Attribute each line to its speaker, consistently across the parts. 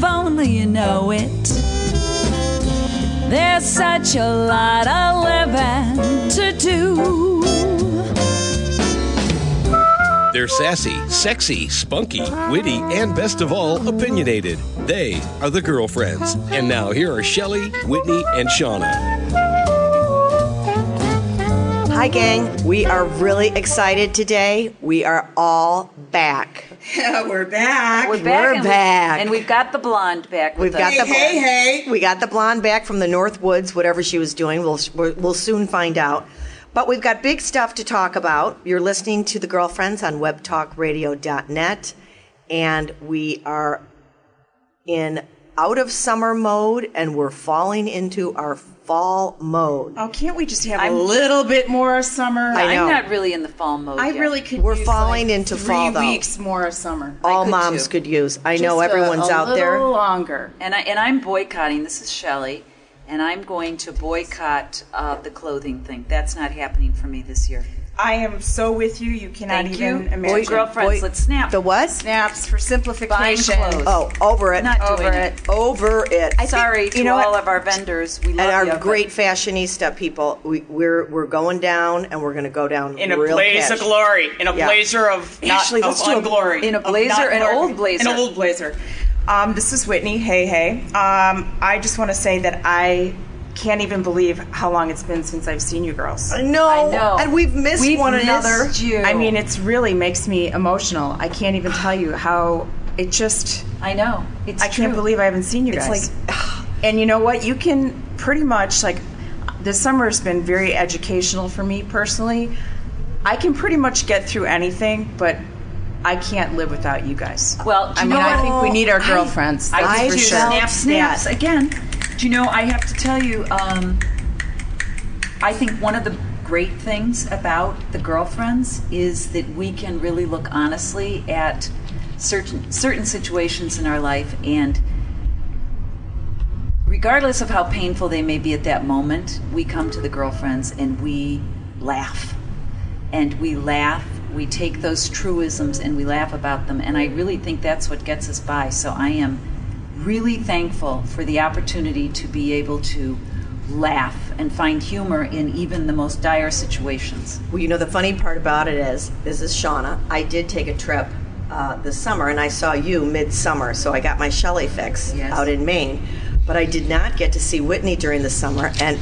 Speaker 1: mama, you know it. There's such a lot of living to do.
Speaker 2: They're sassy, sexy, spunky, witty, and best of all, opinionated. They are the girlfriends. And now here are Shelly, Whitney, and Shauna.
Speaker 3: Hi, gang. We are really excited today. We are all back.
Speaker 4: Uh, We're back.
Speaker 3: We're back.
Speaker 1: and, We, and we've got the blonde back with
Speaker 3: We've got
Speaker 1: us.
Speaker 3: the
Speaker 4: hey, hey.
Speaker 3: We got the blonde back from the North Woods, whatever she was doing. We'll, we'll we'll soon find out. But we've got big stuff to talk about. You're listening to The Girlfriends on webtalkradio.net, and we are in out of summer mode, and we're falling into our fall mode.
Speaker 4: Oh, can't we just have a little bit more summer?
Speaker 3: I know.
Speaker 1: I'm not really in the fall mode.
Speaker 4: I
Speaker 1: yet.
Speaker 4: really could.
Speaker 3: We're
Speaker 4: use,
Speaker 3: falling
Speaker 4: like,
Speaker 3: into
Speaker 4: three
Speaker 3: fall, though.
Speaker 4: weeks more of summer.
Speaker 3: All
Speaker 1: could
Speaker 3: moms
Speaker 1: too.
Speaker 3: could use. I
Speaker 4: Just
Speaker 3: know
Speaker 4: a-
Speaker 3: everyone's
Speaker 4: a
Speaker 3: out there.
Speaker 4: little longer.
Speaker 1: and I and I'm boycotting. This is Shelley, and I'm going to boycott uh, the clothing thing. That's not happening for me this year.
Speaker 4: I am so with you. You cannot
Speaker 1: Thank
Speaker 4: even
Speaker 1: you,
Speaker 4: imagine.
Speaker 1: girlfriends.
Speaker 3: Boy-
Speaker 1: let's snap.
Speaker 3: The what?
Speaker 4: Snaps for
Speaker 1: Buying
Speaker 4: simplification.
Speaker 1: clothes.
Speaker 3: Oh, over it.
Speaker 1: Not
Speaker 4: Over
Speaker 1: doing
Speaker 4: it.
Speaker 3: Over it.
Speaker 1: Sorry
Speaker 4: you
Speaker 1: to
Speaker 4: know what?
Speaker 1: all of our vendors. We love
Speaker 3: and our
Speaker 1: you, but
Speaker 3: great fashionista people, we, we're we're going down, and we're going to go down
Speaker 5: in a
Speaker 3: real
Speaker 5: blaze
Speaker 3: fast.
Speaker 5: of glory, in a
Speaker 3: Yeah.
Speaker 5: blazer of not,
Speaker 4: Actually,
Speaker 5: of
Speaker 4: let's do a-
Speaker 5: unglory,
Speaker 1: in a
Speaker 5: of
Speaker 1: blazer,
Speaker 5: not
Speaker 1: an
Speaker 5: glory.
Speaker 1: old blazer.
Speaker 5: an old blazer.
Speaker 4: Um, this is Whitney. Hey, hey. Um, I just want to say that I can't even believe how long it's been since I've seen you girls.
Speaker 3: No,
Speaker 1: I know.
Speaker 3: and we've missed
Speaker 1: We've
Speaker 3: one
Speaker 1: missed
Speaker 3: another.
Speaker 1: You.
Speaker 4: I mean, it's really makes me emotional. I can't even tell you how it just.
Speaker 1: I know. It's
Speaker 4: I can't
Speaker 1: true.
Speaker 4: believe I haven't seen you
Speaker 3: It's
Speaker 4: guys.
Speaker 3: like,
Speaker 4: and you know what? You can pretty much like the summer has been very educational for me personally. I can pretty much get through anything, but I can't live without you guys.
Speaker 1: Well, do
Speaker 4: I
Speaker 1: you
Speaker 4: mean,
Speaker 1: know
Speaker 4: I
Speaker 1: what?
Speaker 4: think we need our girlfriends.
Speaker 1: I
Speaker 4: that's
Speaker 1: do
Speaker 4: for
Speaker 1: too.
Speaker 4: sure.
Speaker 1: Snap, snaps again. Do you know? I have to tell you. Um, I think one of the great things about the girlfriends is that we can really look honestly at certain certain situations in our life and regardless of how painful they may be at that moment we come to the girlfriends and we laugh and we laugh we take those truisms and we laugh about them and i really think that's what gets us by so i am really thankful for the opportunity to be able to laugh and find humor in even the most dire situations
Speaker 3: Well, you know, the funny part about it is, this is Shauna. I did take a trip uh, this summer, and I saw you midsummer, so I got my Shelley fix
Speaker 1: Yes.
Speaker 3: out in Maine. But I did not get to see Whitney during the summer, and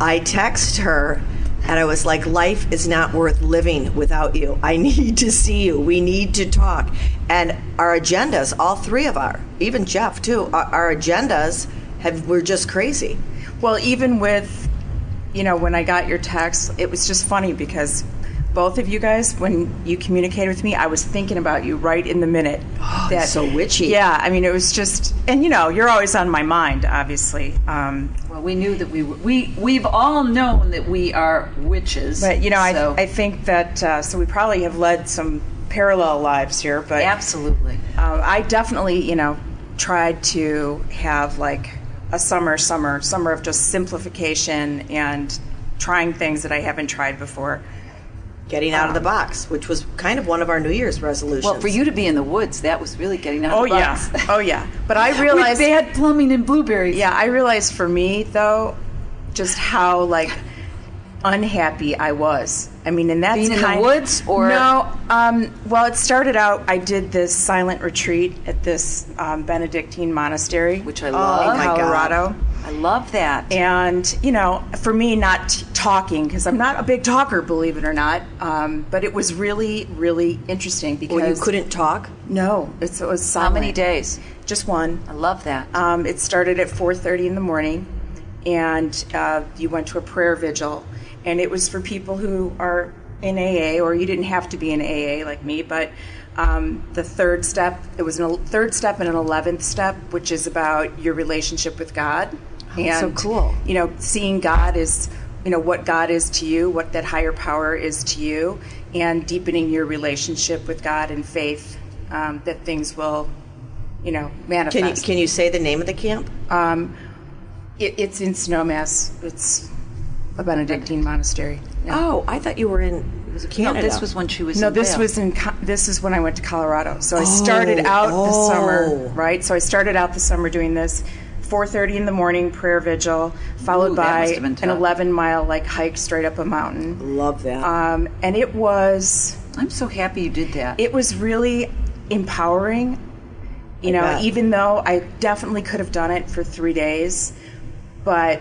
Speaker 3: I texted her, and I was like, "Life is not worth living without you. I need to see you. We need to talk." And our agendas, all three of our, even Jeff too, our, our agendas have were just crazy.
Speaker 4: Well, even with, you know, when I got your text, it was just funny because both of you guys, when you communicated with me, I was thinking about you right in the minute. Oh,
Speaker 3: it's so witchy.
Speaker 4: Yeah, I mean, it was just, and you know, you're always on my mind, obviously. Um,
Speaker 1: well we knew that we were, we we've all known that we are witches
Speaker 4: but you know,
Speaker 1: so-
Speaker 4: I I think that uh, so we probably have led some parallel lives here, but
Speaker 1: absolutely
Speaker 4: uh, I definitely, you know, tried to have like a summer, summer, summer of just simplification and trying things that I haven't tried before.
Speaker 3: Getting out of the box, which was kind of one of our New Year's resolutions.
Speaker 1: well for you to be in the woods that was really getting out
Speaker 4: Oh
Speaker 1: of the
Speaker 4: yeah,
Speaker 1: box.
Speaker 4: oh yeah. But I
Speaker 1: With
Speaker 4: realized,
Speaker 1: bad plumbing and blueberries.
Speaker 4: yeah, I realized for me though, just how like unhappy I was. I mean, and that's
Speaker 1: Being in the
Speaker 4: kind
Speaker 1: woods, or-
Speaker 4: no. Um, well, it started out. I did this silent retreat at this um, Benedictine monastery,
Speaker 1: Which I
Speaker 4: in
Speaker 1: love. Oh
Speaker 3: my God.
Speaker 4: Colorado.
Speaker 1: I love that.
Speaker 4: And, you know, for me, not t- talking, because I'm not a big talker, believe it or not, um, but it was really, really interesting because.
Speaker 3: When you couldn't talk?
Speaker 4: No, it's, it was
Speaker 1: How
Speaker 4: silent.
Speaker 1: many days?
Speaker 4: Just one.
Speaker 1: I love that.
Speaker 4: Um, it started at 4:30 in the morning, and uh, you went to a prayer vigil, and it was for people who are in AA, or you didn't have to be in AA like me, but um, the third step it was a third step and an eleventh step, which is about your relationship with God. and
Speaker 3: Oh, so cool.
Speaker 4: You know, seeing God is you know what God is to you, what that higher power is to you, and deepening your relationship with God and faith um, that things will. You know, manifest.
Speaker 3: Can you, can you say the name of the camp?
Speaker 4: Um, it, it's in Snowmass. It's a Benedictine monastery.
Speaker 3: Oh, I thought you were in
Speaker 1: was a No,
Speaker 3: Canada.
Speaker 1: Um, this was when she was
Speaker 4: No,
Speaker 1: in
Speaker 4: this
Speaker 1: Vail.
Speaker 4: was in. Co- This is when I went to Colorado. So I started out
Speaker 3: oh.
Speaker 4: the summer, right? So I started out the summer doing this, 4:30 in the morning prayer vigil, followed
Speaker 1: Ooh, that
Speaker 4: by
Speaker 1: must have been
Speaker 4: an
Speaker 1: tough.
Speaker 4: 11 mile like hike straight up a mountain,
Speaker 3: Love that.
Speaker 4: um, and it was
Speaker 1: I'm so happy you did that.
Speaker 4: it was really empowering. You know,
Speaker 3: bet.
Speaker 4: even though I definitely could have done it for three days, but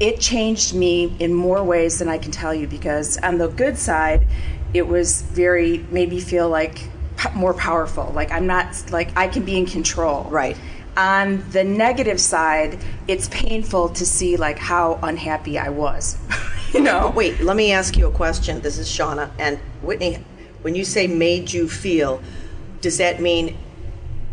Speaker 4: it changed me in more ways than I can tell you because on the good side, it was very made me feel like p- more powerful. Like I'm not like I can be in control.
Speaker 3: Right.
Speaker 4: On the negative side, it's painful to see like how unhappy I was. you know.
Speaker 3: Wait, let me ask you a question. This is Shauna and Whitney. When you say made you feel, does that mean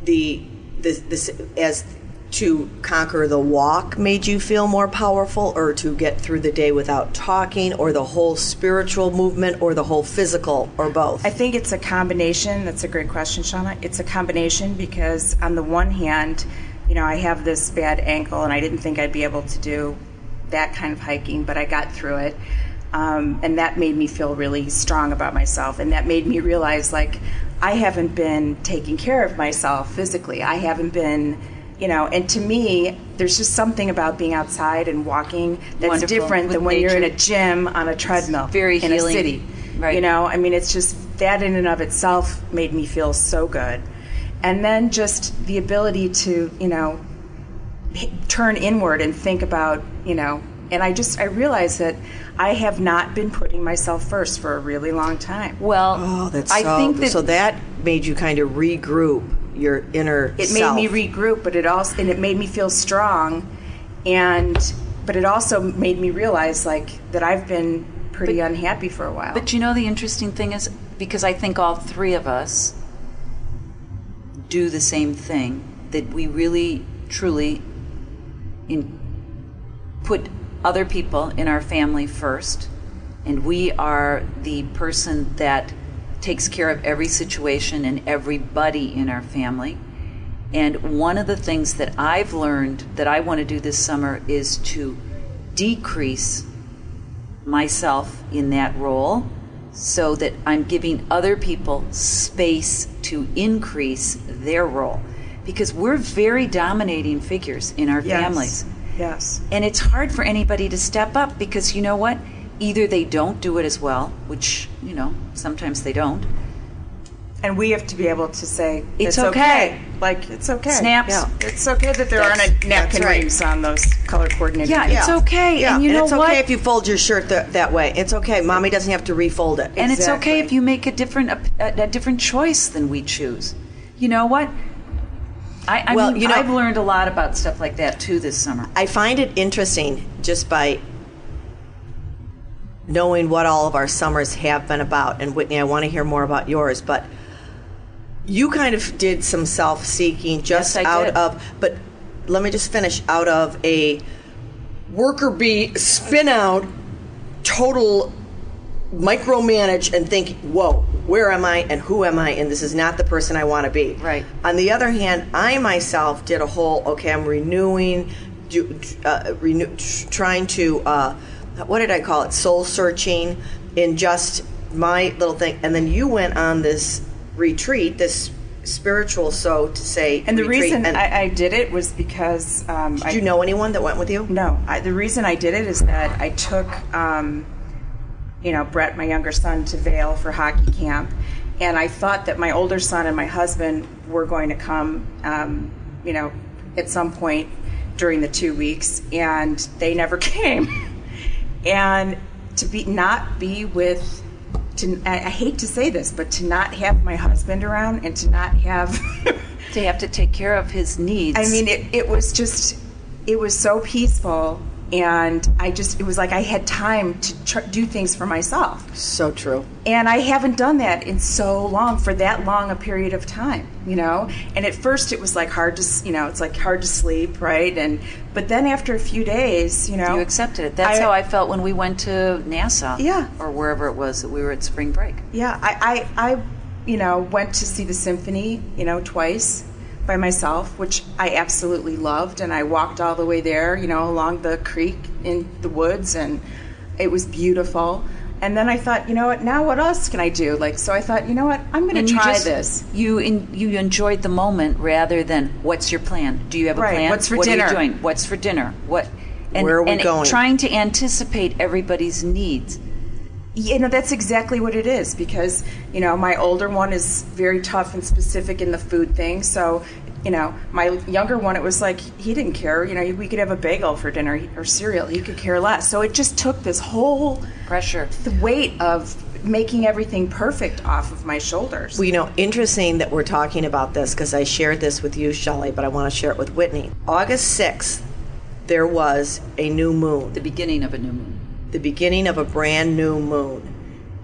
Speaker 3: the this, this as to conquer the walk made you feel more powerful, or to get through the day without talking, or the whole spiritual movement, or the whole physical, or both?
Speaker 4: I think it's a combination. That's a great question, Shauna. It's a combination because, on the one hand, you know, I have this bad ankle and I didn't think I'd be able to do that kind of hiking, but I got through it. Um, and that made me feel really strong about myself. And that made me realize, like, I haven't been taking care of myself physically. I haven't been, you know, and to me, there's just something about being outside and walking that's
Speaker 1: Wonderful.
Speaker 4: different
Speaker 1: With
Speaker 4: than when you're in
Speaker 1: nature.
Speaker 4: a gym on a treadmill
Speaker 1: very
Speaker 4: in
Speaker 1: healing.
Speaker 4: a city.
Speaker 1: Right.
Speaker 4: You know, know, I mean, it's just that in and of itself made me feel so good. And then just the ability to, you know, h- turn inward and think about, you know, and I just, I realized that I have not been putting myself first for a really long time.
Speaker 1: well,
Speaker 3: oh, that's
Speaker 1: I
Speaker 3: so,
Speaker 1: think that
Speaker 3: so that made you kind of regroup your inner.
Speaker 4: it made me regroup but it also and it made me feel strong and but it also made me realize like that i've been pretty unhappy for a while
Speaker 1: But you know, the interesting thing is because I think all three of us do the same thing that we really, truly in, put other people in our family first, and we are the person that takes care of every situation and everybody in our family. And one of the things that I've learned that I want to do this summer is to decrease myself in that role so that I'm giving other people space to increase their role. Because we're very dominating figures in our
Speaker 4: Yes.
Speaker 1: families.
Speaker 4: yes
Speaker 1: And it's hard for anybody to step up because you know what? Either they don't do it as well, which, you know, sometimes they don't.
Speaker 4: and we have to be able to say
Speaker 1: It's
Speaker 4: it's,
Speaker 1: okay."
Speaker 4: okay. Like it's okay.
Speaker 1: Snaps.
Speaker 4: Yeah. It's okay that there aren't a napkin
Speaker 3: that's right.
Speaker 4: rings on those color coordinated.
Speaker 1: Yeah,
Speaker 4: things.
Speaker 1: it's okay.
Speaker 3: Yeah,
Speaker 1: And you know
Speaker 3: it's
Speaker 1: what?
Speaker 3: okay if you fold your shirt th- that way. It's okay. Mommy doesn't have to refold it.
Speaker 1: and it's
Speaker 4: Exactly.
Speaker 1: okay if you make a different a, a different choice than we choose. You know what? I, I
Speaker 3: Well,
Speaker 1: mean,
Speaker 3: you know-
Speaker 1: I've learned a lot about stuff like that too this summer.
Speaker 3: I find it interesting just by knowing what all of our summers have been about. And Whitney, I want to hear more about yours, but you kind of did some self seeking just
Speaker 1: Yes, I
Speaker 3: out
Speaker 1: did.
Speaker 3: of, but let me just finish out of a worker bee spin out, total micromanage and think, whoa, where am I and who am I? And this is not the person I want to be.
Speaker 1: Right.
Speaker 3: On the other hand, I myself did a whole okay. I'm renewing, do, uh, renew, trying to uh, what did I call it? Soul searching in just my little thing. And then you went on this retreat, this spiritual, so to say.
Speaker 4: And the
Speaker 3: retreat.
Speaker 4: reason
Speaker 3: And
Speaker 4: I, I did it was because um,
Speaker 3: did
Speaker 4: I
Speaker 3: you know anyone that went with you?
Speaker 4: No, I, the reason I did it is that I took, um, you know, Brett, my younger son, to Vail for hockey camp, and I thought that my older son and my husband were going to come, um, you know, at some point during the two weeks, and they never came. and to be not be with, to I, I hate to say this, but to not have my husband around and to not have.
Speaker 1: They have to take care of his needs.
Speaker 4: I mean, it, it was just, it was so peaceful. And I just, it was like I had time to tr- do things for myself.
Speaker 3: So true.
Speaker 4: And I haven't done that in so long, for that long a period of time, you know? And at first it was like hard to, s- you know, it's like hard to sleep, right? And, but then after a few days, you know.
Speaker 1: you accepted it. That's
Speaker 4: I-
Speaker 1: how I felt when we went to NASA.
Speaker 4: Yeah.
Speaker 1: Or wherever it was that we were at spring break.
Speaker 4: Yeah, I, I, I, you know, went to see the symphony, you know, twice by myself, which I absolutely loved, and I walked all the way there, you know, along the creek in the woods, and it was beautiful. And then I thought, you know what? Now what else can I do? Like, so I thought, you know what? I'm going
Speaker 1: And
Speaker 4: to
Speaker 1: you
Speaker 4: try
Speaker 1: just-
Speaker 4: this.
Speaker 1: You in, you enjoyed the moment rather than what's your plan? Do you have a
Speaker 4: Right.
Speaker 1: plan?
Speaker 4: What's for
Speaker 1: what
Speaker 4: dinner?
Speaker 1: What are you doing? What's for dinner? What? And,
Speaker 3: Where are we
Speaker 1: and
Speaker 3: going?
Speaker 1: Trying to anticipate everybody's needs.
Speaker 4: You know, that's exactly what it is because, you know, my older one is very tough and specific in the food thing. So, you know, my younger one, it was like he didn't care. You know, we could have a bagel for dinner or cereal. He could care less. So it just took this whole
Speaker 1: Pressure.
Speaker 4: the weight of making everything perfect off of my shoulders.
Speaker 3: Well, you know, interesting that we're talking about this because I shared this with you, Shelley, but I want to share it with Whitney. August 6th, there was a new moon,
Speaker 1: The beginning of a new moon.
Speaker 3: the beginning of a brand new moon.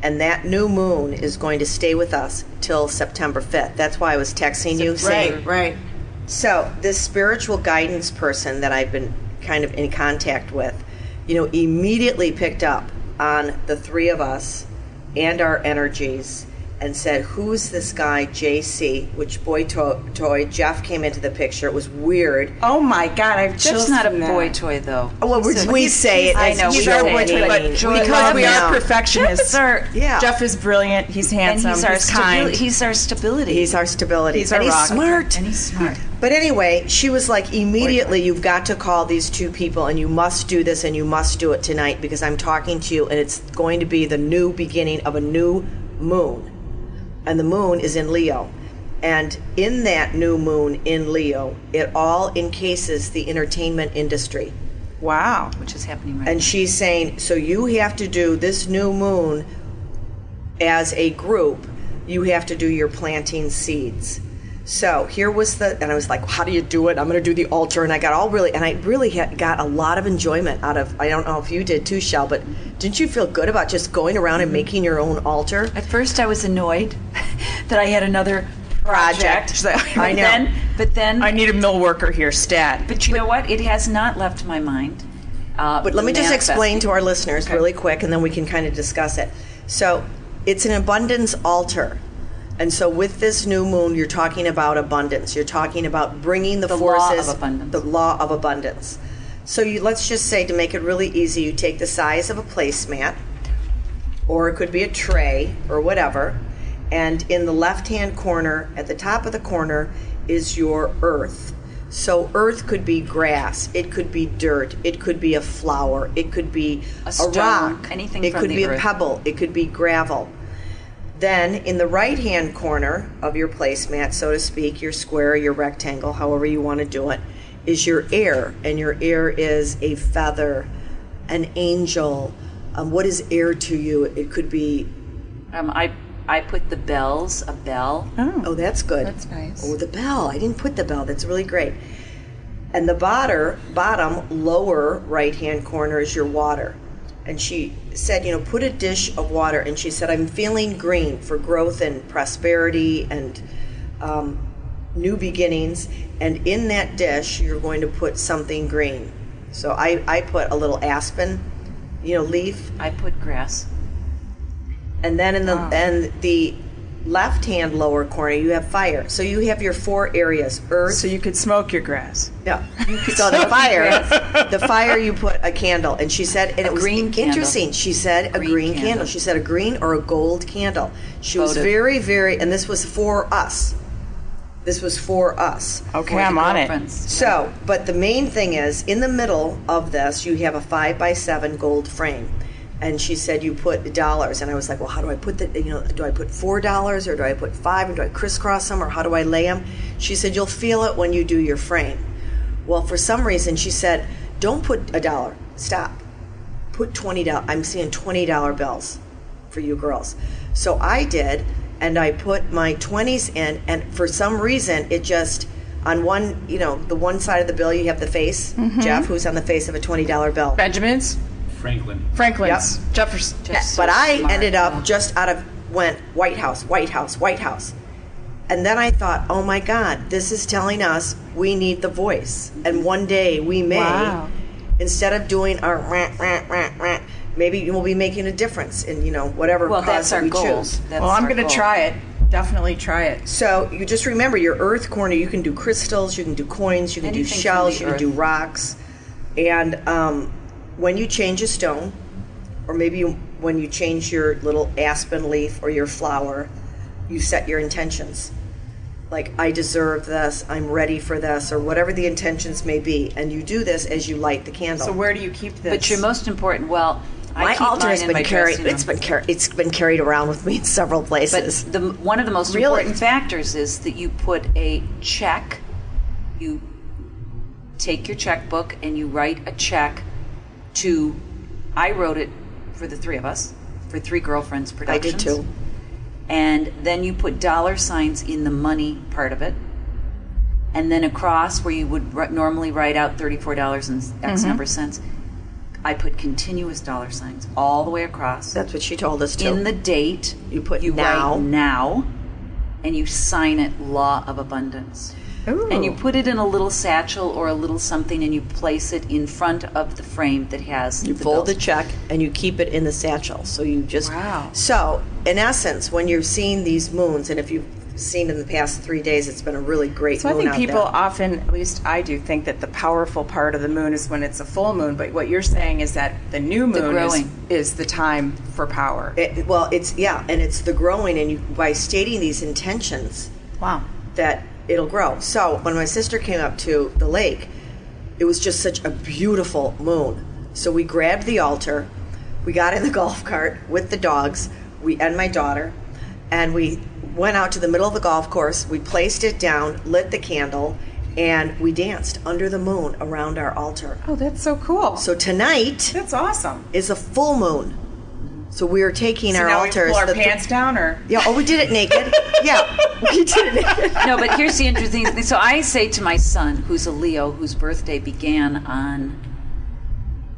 Speaker 3: And that new moon is going to stay with us till September 5th. That's why I was texting you saying,
Speaker 4: right.
Speaker 3: So, this spiritual guidance person that I've been kind of in contact with, you know, immediately picked up on the three of us and our energies and said, Who's this guy, JC? Which boy to- toy, Jeff came into the picture. It was weird.
Speaker 4: Oh my God, I've
Speaker 1: Jeff's
Speaker 4: chills
Speaker 1: not a
Speaker 4: from that.
Speaker 1: boy toy though.
Speaker 3: Well, we- we say it
Speaker 1: I
Speaker 3: as
Speaker 1: know we
Speaker 4: He's our
Speaker 1: say
Speaker 4: boy
Speaker 1: it,
Speaker 4: toy,
Speaker 1: but
Speaker 4: but
Speaker 1: Joy-
Speaker 4: because we
Speaker 3: love
Speaker 4: are
Speaker 3: him.
Speaker 4: perfectionists.
Speaker 1: Jeff is our-
Speaker 3: Yeah.
Speaker 4: Jeff is brilliant. He's
Speaker 1: and
Speaker 4: handsome.
Speaker 1: he's our
Speaker 4: kind.
Speaker 1: stabil- he's our stability.
Speaker 3: He's our stability.
Speaker 4: He's our
Speaker 3: and he's
Speaker 4: rock.
Speaker 3: smart.
Speaker 1: and he's smart.
Speaker 3: But anyway, she was like, immediately, you've got to call these two people and you must do this and you must do it tonight because I'm talking to you and it's going to be the new beginning of a new moon. And the moon is in Leo. And in that new moon in Leo, it all encases the entertainment industry.
Speaker 4: wow.
Speaker 1: Which is happening right
Speaker 3: And she's saying, so you have to do this new moon as a group, you have to do your planting seeds. So here was the, and I was like, how do you do it? I'm going to do the altar. And I got all really, and I really had, got a lot of enjoyment out of, I don't know if you did too, Shell, but didn't you feel good about just going around and making your own altar?
Speaker 1: At first, I was annoyed that I had another
Speaker 3: Project.
Speaker 1: project.
Speaker 3: I
Speaker 1: But
Speaker 3: know.
Speaker 1: then, but then,
Speaker 4: I need a mill worker here, stat.
Speaker 1: but you know what? It has not left my mind. Uh,
Speaker 3: But let me just
Speaker 1: manifest.
Speaker 3: explain to our listeners really quick, and then we can kind of discuss it. So, it's an abundance altar. And so, with this new moon, you're talking about abundance. You're talking about bringing the,
Speaker 1: The law of
Speaker 3: forces,
Speaker 1: abundance.
Speaker 3: the law of abundance. So, you, let's just say to make it really easy, you take the size of a placemat, or it could be a tray, or whatever. And in the left hand corner, at the top of the corner, is your earth. So, earth could be grass, it could be dirt, it could be a flower, it could be a,
Speaker 1: stone,
Speaker 3: rock,
Speaker 1: anything
Speaker 3: it
Speaker 1: from
Speaker 3: could
Speaker 1: the
Speaker 3: be a
Speaker 1: earth.
Speaker 3: pebble, it could be gravel. Then, in the right hand corner of your placemat, so to speak, your square, your rectangle, however you want to do it, is your air. And your air is a feather, an angel. Um, what is air to you? It could be,
Speaker 1: Um, I I put the bells, a bell.
Speaker 3: oh, that's good.
Speaker 4: That's nice.
Speaker 3: Oh, the bell. I didn't put the bell. That's really great. And the botter, bottom lower right hand corner is your water. And she said, you know, put a dish of water. And she said, I'm feeling green for growth and prosperity and um, new beginnings. And in that dish, you're going to put something green. So I, I put a little aspen, you know, leaf
Speaker 1: I put grass.
Speaker 3: and then in the and the left hand lower corner you have fire so you have your four areas earth
Speaker 4: So you could smoke your grass.
Speaker 3: no, you could so the fire the fire you put a candle and she said and it was
Speaker 1: green candle.
Speaker 3: interesting she said a green,
Speaker 1: Green
Speaker 3: candle.
Speaker 1: candle.
Speaker 3: she said a green or a gold candle she was
Speaker 1: Votive.
Speaker 3: very very and this was for us this was for us
Speaker 4: Okay,
Speaker 1: for the
Speaker 4: I'm on it.
Speaker 1: girlfriends.
Speaker 3: so, but the main thing is in the middle of this, you have a five by seven gold frame. And she said you put dollars, and I was like, well, how do I put the, you know, do I put four dollars or do I put five, or do I crisscross them, or how do I lay them? She said you'll feel it when you do your frame. Well, for some reason, she said, don't put a dollar. Stop put twenty dollars. I'm seeing twenty dollar bills for you girls. So I did, and I put my twenties in, and for some reason it just on one, you know, the one side of the bill you have the face, Jeff, who's on the face of a twenty dollar bill.
Speaker 4: Benjamin's,
Speaker 5: Franklin.
Speaker 4: Franklin's, Jeffers.
Speaker 1: Just
Speaker 3: But
Speaker 1: so
Speaker 3: I
Speaker 1: smart.
Speaker 3: ended up just out of went White House, White House, White House. And then I thought, oh my God, this is telling us we need the voice. And one day we may,
Speaker 4: Wow.
Speaker 3: instead of doing our rah, rah, rah, rah, maybe we'll be making a difference in, you know, whatever
Speaker 1: Well,
Speaker 3: cause
Speaker 1: that's
Speaker 3: that
Speaker 1: our
Speaker 3: we
Speaker 1: goal.
Speaker 3: choose.
Speaker 1: That's
Speaker 4: Well, I'm
Speaker 1: our
Speaker 4: going to
Speaker 1: goal.
Speaker 4: try it. Definitely try it.
Speaker 3: So you just remember your earth corner, you can do crystals, you can do coins, you can
Speaker 1: Anything
Speaker 3: do
Speaker 1: from
Speaker 3: shells,
Speaker 1: the
Speaker 3: you can
Speaker 1: earth.
Speaker 3: do rocks. And um, when you change a stone, or maybe you when you change your little aspen leaf or your flower, you set your intentions. Like, I deserve this, I'm ready for this, or whatever the intentions may be. And you do this as you light the candle.
Speaker 4: So where do you keep this?
Speaker 1: But your most important, well, I
Speaker 3: my
Speaker 1: keep
Speaker 3: altar
Speaker 1: mine
Speaker 3: has
Speaker 1: in
Speaker 3: been
Speaker 1: my
Speaker 3: carried.
Speaker 1: dressing room.
Speaker 3: It's been carried. It's been carried around with me in several places.
Speaker 1: But the, one of the most
Speaker 3: Really?
Speaker 1: important factors is that you put a check, you take your checkbook and you write a check to, I wrote it for the three of us, for Three Girlfriends
Speaker 3: I
Speaker 1: Productions.
Speaker 3: did too.
Speaker 1: And then you put dollar signs in the money part of it. And then across where you would ri- normally write out $34 and X
Speaker 3: Mm-hmm.
Speaker 1: number of cents, I put continuous dollar signs all the way across
Speaker 3: That's what she told us too.
Speaker 1: in the date
Speaker 3: You put
Speaker 1: you
Speaker 3: now.
Speaker 1: write now and you sign it law of abundance
Speaker 4: Ooh.
Speaker 1: and you put it in a little satchel or a little something and you place it in front of the frame that has
Speaker 3: you
Speaker 1: the
Speaker 3: fold
Speaker 1: bill.
Speaker 3: the check and you keep it in the satchel. So you just
Speaker 1: Wow.
Speaker 3: So in essence, when you're seeing these moons, and if you've seen in the past three days, it's been a really great.
Speaker 4: So I
Speaker 3: moon
Speaker 4: think
Speaker 3: out
Speaker 4: people
Speaker 3: there.
Speaker 4: often, at least I do, think that the powerful part of the moon is when it's a full moon. But what you're saying is that the new moon is,
Speaker 1: growing.
Speaker 4: is the time for power.
Speaker 3: It, well, it's yeah, and it's the growing, and you by stating these intentions,
Speaker 4: wow.
Speaker 3: that it'll grow. So when my sister came up to the lake, it was just such a beautiful moon. So we grabbed the altar, we got in the golf cart with the dogs, we and my daughter, and we went out to the middle of the golf course. We placed it down, lit the candle, and we danced under the moon around our altar.
Speaker 4: Oh, that's so cool.
Speaker 3: So tonight
Speaker 4: that's awesome.
Speaker 3: is a full moon. So we are taking
Speaker 4: So
Speaker 3: our
Speaker 4: now
Speaker 3: altars.
Speaker 4: we pull our
Speaker 3: the th-
Speaker 4: pants down, or
Speaker 3: yeah, oh, we did it naked. yeah, we did it naked.
Speaker 1: no but here's the interesting thing so i say to my son who's a leo whose birthday began on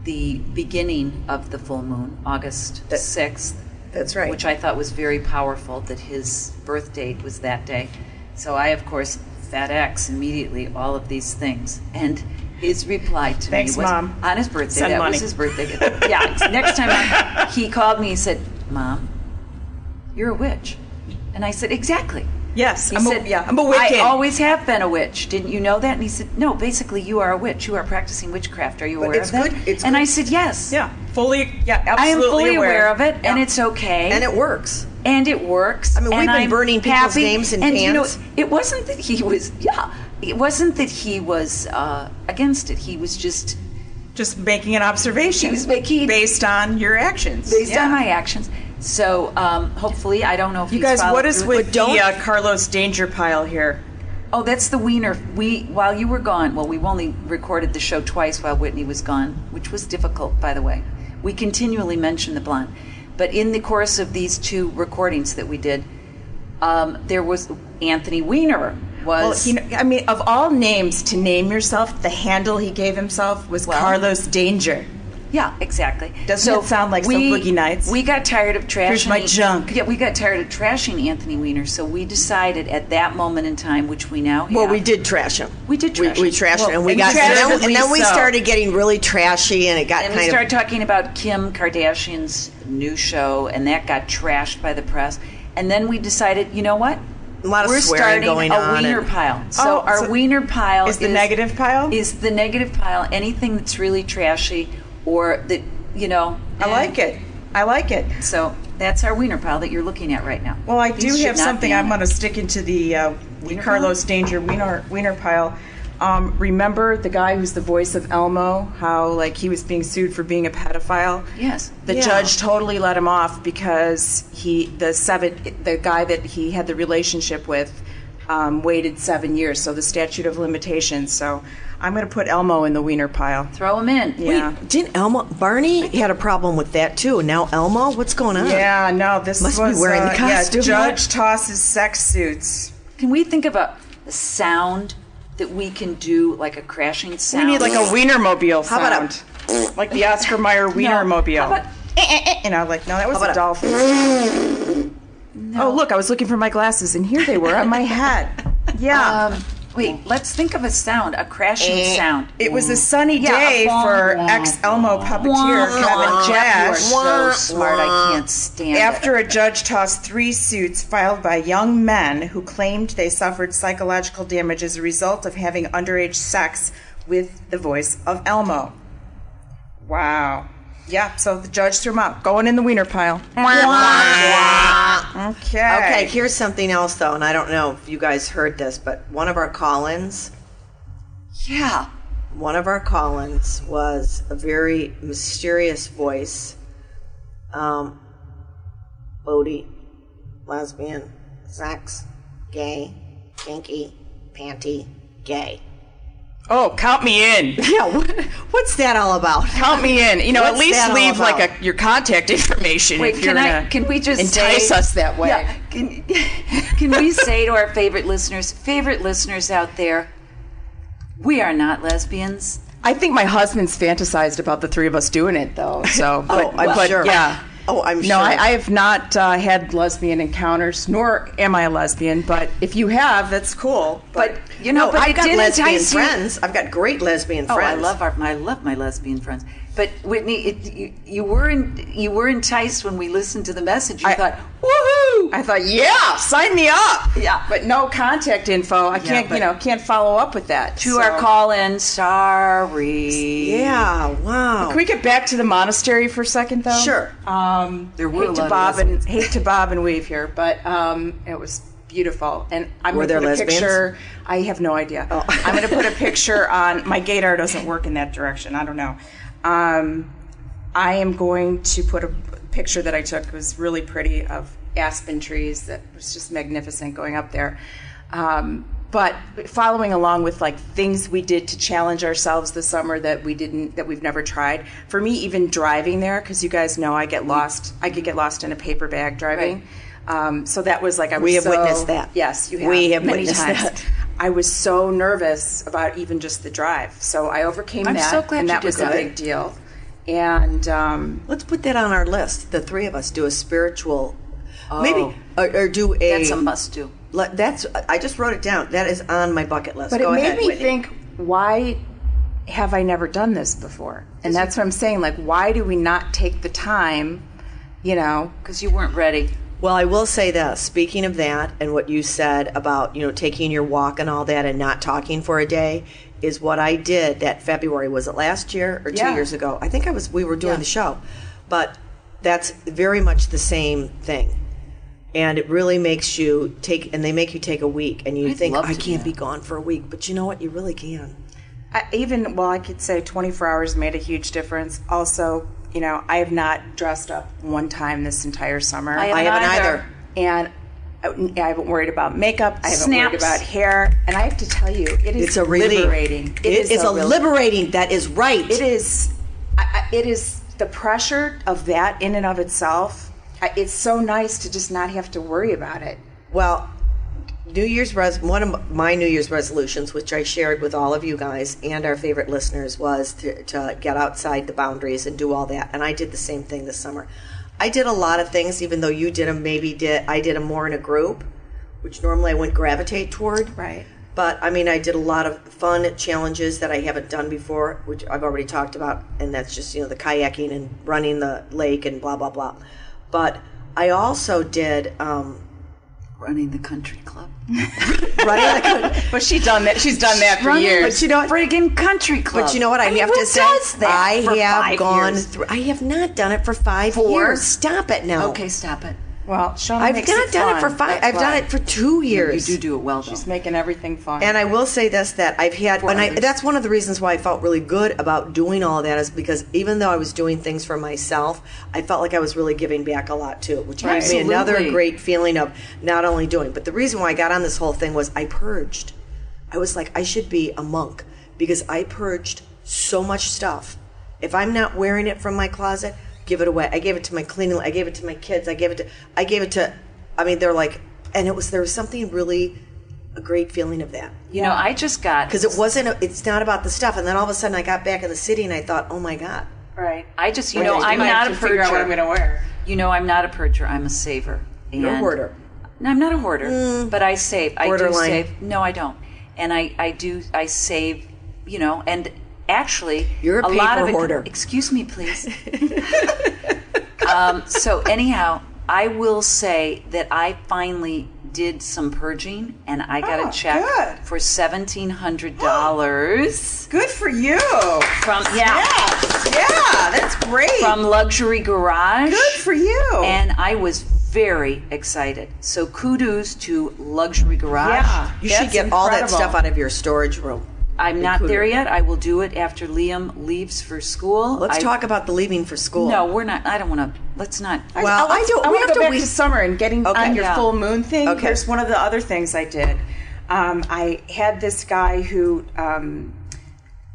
Speaker 1: the beginning of the full moon august 6th
Speaker 3: That's right.
Speaker 1: which I thought was very powerful that his birth date was that day. So I, of course, FedEx immediately all of these things. And his reply to
Speaker 4: Thanks,
Speaker 1: me was
Speaker 4: Mom.
Speaker 1: on his birthday.
Speaker 4: Send
Speaker 1: that
Speaker 4: money.
Speaker 1: was his birthday. yeah. Next time I, he called me, he said, "Mom, you're a witch," and I said, "Exactly."
Speaker 4: yes,
Speaker 1: He
Speaker 4: I'm
Speaker 1: said,
Speaker 4: a, yeah, I'm a
Speaker 1: I
Speaker 4: Wiccan.
Speaker 1: always have been a witch. Didn't you know that?" And he said, "No. Basically, you are a witch. You are practicing witchcraft. Are you aware
Speaker 3: it's
Speaker 1: of that?"
Speaker 3: good- it's
Speaker 1: and
Speaker 3: good.
Speaker 1: I said, "Yes."
Speaker 4: yeah, fully. Yeah, absolutely
Speaker 1: I am fully aware,
Speaker 4: aware
Speaker 1: of it, and
Speaker 4: Yeah.
Speaker 1: it's okay
Speaker 3: and it works.
Speaker 1: and it works.
Speaker 3: I mean, we've
Speaker 1: and
Speaker 3: been
Speaker 1: I'm
Speaker 3: burning people's
Speaker 1: happy.
Speaker 3: names in
Speaker 1: and, You know,
Speaker 3: pants.
Speaker 1: it wasn't that he was. Yeah, it wasn't that he was uh, against it. He was just
Speaker 4: just making an observation.
Speaker 1: He was making-
Speaker 4: based on your actions.
Speaker 1: based
Speaker 4: Yeah.
Speaker 1: on my actions. So um, hopefully, I don't know if
Speaker 4: You
Speaker 1: he's
Speaker 4: guys,
Speaker 1: followed
Speaker 4: what is
Speaker 1: through
Speaker 4: with the
Speaker 3: don't-
Speaker 4: uh, Carlos Danger pile here?
Speaker 1: Oh, that's the wiener. We while you were gone. Well, we only recorded the show twice while Whitney was gone, which was difficult, by the way. We continually mention the blonde, but in the course of these two recordings that we did, um, there was Anthony Weiner
Speaker 4: Well,
Speaker 1: was
Speaker 4: he, I mean, of all names to name yourself, the handle he gave himself was
Speaker 1: Well-
Speaker 4: Carlos Danger.
Speaker 1: Yeah, exactly.
Speaker 4: Doesn't it sound like some boogie nights?
Speaker 1: We got tired of trashing.
Speaker 4: Here's my junk.
Speaker 1: Yeah, we got tired of trashing Anthony Weiner, so we decided at that moment in time, which we now have.
Speaker 3: Well, we did trash him.
Speaker 1: We did trash
Speaker 3: we, we
Speaker 1: him.
Speaker 3: trashed him, and we
Speaker 4: and
Speaker 3: got
Speaker 4: trashed
Speaker 3: and then,
Speaker 4: him.
Speaker 3: and then we
Speaker 4: So-
Speaker 3: started getting really trashy, and it got
Speaker 1: And we
Speaker 3: kind
Speaker 1: started
Speaker 3: of
Speaker 1: talking about Kim Kardashian's new show, and that got trashed by the press. And then we decided, you know what?
Speaker 3: A lot of
Speaker 1: We're
Speaker 3: swearing
Speaker 1: starting
Speaker 3: going
Speaker 1: a
Speaker 3: on
Speaker 1: wiener
Speaker 3: and-
Speaker 1: pile. So
Speaker 4: Oh,
Speaker 1: our
Speaker 4: so
Speaker 1: wiener pile
Speaker 4: is the negative pile?
Speaker 1: Is the negative pile anything that's really trashy or that you know?
Speaker 4: I
Speaker 1: eh,
Speaker 4: like it. I like it.
Speaker 1: So that's our wiener pile that you're looking at right now.
Speaker 4: Well, I
Speaker 1: These
Speaker 4: do
Speaker 1: should
Speaker 4: have
Speaker 1: not
Speaker 4: something
Speaker 1: be on
Speaker 4: I'm
Speaker 1: it.
Speaker 4: going to stick into the uh,
Speaker 1: Wiener
Speaker 4: Carlos Danger wiener, wiener pile. Um, remember the guy who's the voice of Elmo? How like he was being sued for being a pedophile.
Speaker 1: Yes.
Speaker 4: The
Speaker 3: Yeah.
Speaker 4: judge totally let him off because he the seven the guy that he had the relationship with um, waited seven years, so the statute of limitations. So I'm going to put Elmo in the wiener pile.
Speaker 1: Throw them in.
Speaker 4: Yeah.
Speaker 3: Didn't Elmo Barney had a problem with that too? Now Elmo, what's going on?
Speaker 4: Yeah, no, this
Speaker 3: Must be
Speaker 4: was
Speaker 3: wearing the
Speaker 4: uh,
Speaker 3: costume.
Speaker 4: Yeah, judge tosses sex suits.
Speaker 1: Can we think of a a sound that we can do, like a crashing sound?
Speaker 4: We need like a wiener mobile
Speaker 3: How about a-
Speaker 4: sound. like the Oscar Mayer wiener mobile.
Speaker 1: How about-
Speaker 4: you know, like no, that was
Speaker 3: about
Speaker 4: a
Speaker 3: a-
Speaker 4: dolphin. Oh look, I was looking for my glasses and here they were on my head. Yeah.
Speaker 1: um, Eh. wait, let's think of a sound, a crashing sound.
Speaker 4: it was a sunny
Speaker 1: Yeah, a
Speaker 4: day
Speaker 1: bong,
Speaker 4: for
Speaker 1: bong,
Speaker 4: ex Elmo puppeteer
Speaker 1: Wah,
Speaker 4: Kevin
Speaker 1: wah, You are
Speaker 4: Jash.
Speaker 1: so smart. I can't stand it.
Speaker 4: After a judge tossed three suits filed by young men who claimed they suffered psychological damage as a result of having underage sex with the voice of Elmo. Wow. Yeah, so the judge threw him out. Going in the wiener pile. Okay.
Speaker 3: Okay, here's something else though, and I don't know if you guys heard this, but one of our call-ins,
Speaker 1: Yeah.
Speaker 3: one of our call-ins was a very mysterious voice, um, Bodie, lesbian, sex, gay, kinky, panty, gay.
Speaker 4: Oh, count me in.
Speaker 3: Yeah, what, what's that all about?
Speaker 4: Count me in. You know, at
Speaker 3: What's
Speaker 4: least
Speaker 3: that all
Speaker 4: leave like
Speaker 3: about?
Speaker 4: a your contact information
Speaker 1: Wait,
Speaker 4: if you're
Speaker 1: can I?
Speaker 4: gonna
Speaker 1: Can we just
Speaker 4: entice
Speaker 1: say-
Speaker 4: us that way?
Speaker 1: Yeah. Can, can we say to our favorite listeners, favorite listeners out there, we are not lesbians.
Speaker 4: I think my husband's fantasized about the three of us doing it though. So, but,
Speaker 3: Oh, I'm
Speaker 4: but
Speaker 3: sure.
Speaker 4: yeah.
Speaker 3: Oh, I'm
Speaker 4: no,
Speaker 3: sure.
Speaker 4: I, I have not uh, had lesbian encounters, nor am I a lesbian. But if you have, that's cool.
Speaker 1: But you know,
Speaker 3: No,
Speaker 1: but
Speaker 3: I've
Speaker 1: it
Speaker 3: got
Speaker 1: did
Speaker 3: lesbian
Speaker 1: entice you-
Speaker 3: friends. I've got great lesbian
Speaker 1: Oh,
Speaker 3: friends.
Speaker 1: I love our I love my lesbian friends. But Whitney, it, you, you were in, you were enticed when we listened to the message. You
Speaker 4: I-
Speaker 1: thought, woohoo!
Speaker 4: I thought, yeah, sign me up.
Speaker 1: Yeah.
Speaker 4: but no contact info. I can't,
Speaker 1: but-
Speaker 4: you know, can't follow up with that.
Speaker 1: to
Speaker 4: so-
Speaker 1: our call in, sorry.
Speaker 3: Yeah, wow.
Speaker 4: Can we get back to the monastery for a second, though?
Speaker 3: Sure.
Speaker 4: Um,
Speaker 1: There were a
Speaker 4: hate to
Speaker 1: lot of
Speaker 4: bob and
Speaker 1: lesbians.
Speaker 4: hate to bob and weave here, but um, it was beautiful. And I'm
Speaker 3: Were
Speaker 4: going to
Speaker 3: there
Speaker 4: put a
Speaker 3: lesbians?
Speaker 4: picture. I have no idea.
Speaker 3: Oh.
Speaker 4: I'm going to put a picture on my gaydar doesn't work in that direction. I don't know. Um, I am going to put a picture that I took. It was really pretty of aspen trees that was just magnificent going up there. Um, but following along with like things we did to challenge ourselves this summer that we didn't that we've never tried. For me, even driving there because you guys know I get lost. I could get lost in a paper bag driving. Um, so that was like I was
Speaker 3: We have
Speaker 4: so-
Speaker 3: witnessed that.
Speaker 4: Yes, you have.
Speaker 3: We have
Speaker 4: many
Speaker 3: witnessed
Speaker 4: times.
Speaker 3: that.
Speaker 4: I was so nervous about even just the drive, so I overcame
Speaker 1: I'm
Speaker 4: that,
Speaker 1: so glad
Speaker 4: and
Speaker 1: you
Speaker 4: that
Speaker 1: did
Speaker 4: was
Speaker 1: that.
Speaker 4: a big deal. And um,
Speaker 3: Let's put that on our list. The three of us do a spiritual, maybe, or, or do a.
Speaker 1: That's a must do.
Speaker 3: le- that's. I just wrote it down. That is on my bucket list.
Speaker 4: But
Speaker 3: Go
Speaker 4: it made
Speaker 3: ahead,
Speaker 4: me
Speaker 3: Whitney.
Speaker 4: think, why have I never done this before? And that's what I'm saying. Like, why do we not take the time, you know?
Speaker 1: Because you weren't ready.
Speaker 3: Well, I will say this. Speaking of that, and what you said about you know taking your walk and all that, and not talking for a day, is what I did that February. Was it last year or two
Speaker 4: Yeah.
Speaker 3: years ago? I think I was. We were doing the show, but that's very much the same thing. And it really makes you take, and they make you take a week, and you
Speaker 1: I'd
Speaker 3: think
Speaker 1: love
Speaker 3: I
Speaker 1: to do
Speaker 3: can't
Speaker 1: that."
Speaker 3: be gone for a week, but you know what? You really can.
Speaker 4: I, even, well, I could say 24 hours made a huge difference. Also, you know, I have not dressed up one time this entire summer.
Speaker 3: I haven't either.
Speaker 4: and I I haven't worried about makeup. I haven't
Speaker 1: Snaps.
Speaker 4: worried about hair. And I have to tell you, it is
Speaker 3: It's a relief.
Speaker 4: liberating.
Speaker 3: it is, a,
Speaker 4: relief.
Speaker 3: liberating. That is right.
Speaker 4: it is I, I- it is the pressure of that in and of itself I, it's so nice to just not have to worry about it
Speaker 3: Well, New Year's res- one of my New Year's resolutions, which I shared with all of you guys and our favorite listeners, was to, to get outside the boundaries and do all that. And I did the same thing this summer. I did a lot of things, even though you did them. Maybe did I did them more in a group, which normally I wouldn't gravitate toward.
Speaker 4: Right.
Speaker 3: But I mean, I did a lot of fun challenges that I haven't done before, which I've already talked about, and that's just you know the kayaking and running the lake and blah blah blah. But I also did. Um,
Speaker 1: Running the country club.
Speaker 3: running the country.
Speaker 4: but she's done that she's done that for
Speaker 1: Running
Speaker 4: years
Speaker 1: the friggin' country club.
Speaker 3: But you know what? I,
Speaker 1: mean,
Speaker 3: have
Speaker 1: who
Speaker 3: to say,
Speaker 1: does that
Speaker 3: I
Speaker 1: for
Speaker 3: have
Speaker 1: five
Speaker 3: gone
Speaker 1: years?
Speaker 3: through. I have not done it for five
Speaker 1: Four?
Speaker 3: years. Stop it now.
Speaker 1: Okay, stop it.
Speaker 4: well Sean
Speaker 3: I've
Speaker 4: makes
Speaker 3: not done it for
Speaker 4: fun.
Speaker 3: five.
Speaker 4: That's
Speaker 3: I've done
Speaker 4: why.
Speaker 3: it for two
Speaker 1: You
Speaker 3: years.
Speaker 1: do do it well, though.
Speaker 4: she's making everything fun
Speaker 3: And I will say this: that I've had, and I,
Speaker 1: others.
Speaker 3: that's one of the reasons why I felt really good about doing all that is because even though I was doing things for myself, I felt like I was really giving back a lot too, which gives me another
Speaker 1: Absolutely.
Speaker 3: great feeling of not only doing, but the reason why I got on this whole thing was I purged. I was like, I should be a monk because I purged so much stuff. If I'm not wearing it from my closet, give it away. I gave it to my cleaning. I gave it to my kids. I gave it to. I gave it to. I mean, they're like, and it was there was something really a great feeling of that
Speaker 1: you know, I just got
Speaker 3: because it wasn't it's not about the stuff and then all of a sudden i got back in the city and i thought oh my god
Speaker 4: right
Speaker 1: I just, you know, I'm
Speaker 4: I have
Speaker 1: not a
Speaker 4: to figure out what I'm
Speaker 1: purger.
Speaker 4: gonna wear
Speaker 1: You know, I'm not a purger. I'm a saver. And
Speaker 3: You're a hoarder.
Speaker 1: No, I'm not a hoarder, but I save. I do
Speaker 3: Borderline.
Speaker 1: save. No, I don't. And I, I do, I save. You know, and actually,
Speaker 3: You're a
Speaker 1: lot
Speaker 3: paper
Speaker 1: of it-
Speaker 3: hoarder.
Speaker 1: excuse me, please. um, so anyhow, I will say that I finally did some purging, and I got
Speaker 4: Oh,
Speaker 1: a check
Speaker 4: good.
Speaker 1: for seventeen hundred dollars
Speaker 4: Good for you.
Speaker 1: from yeah,
Speaker 4: Yes. Yeah, that's great.
Speaker 1: from Luxury Garage.
Speaker 4: Good for you.
Speaker 1: and I was very excited. So kudos to Luxury Garage.
Speaker 4: Yeah.
Speaker 3: You should
Speaker 4: That's
Speaker 3: get all that
Speaker 4: incredible.
Speaker 3: stuff out of your storage room.
Speaker 1: I'm not there yet. I will do it after Liam leaves for school.
Speaker 3: Let's
Speaker 1: I-
Speaker 3: talk about the leaving for school.
Speaker 1: No, we're not. I don't want to. Let's not.
Speaker 3: Well, I don't.
Speaker 4: I
Speaker 3: we
Speaker 4: want
Speaker 3: have
Speaker 4: to go
Speaker 3: to
Speaker 4: back
Speaker 3: wait.
Speaker 4: to summer and getting
Speaker 3: Okay.
Speaker 4: on your
Speaker 1: Yeah.
Speaker 4: full moon thing.
Speaker 3: Okay.
Speaker 4: Here's one of the other things I did. Um, I had this guy who um,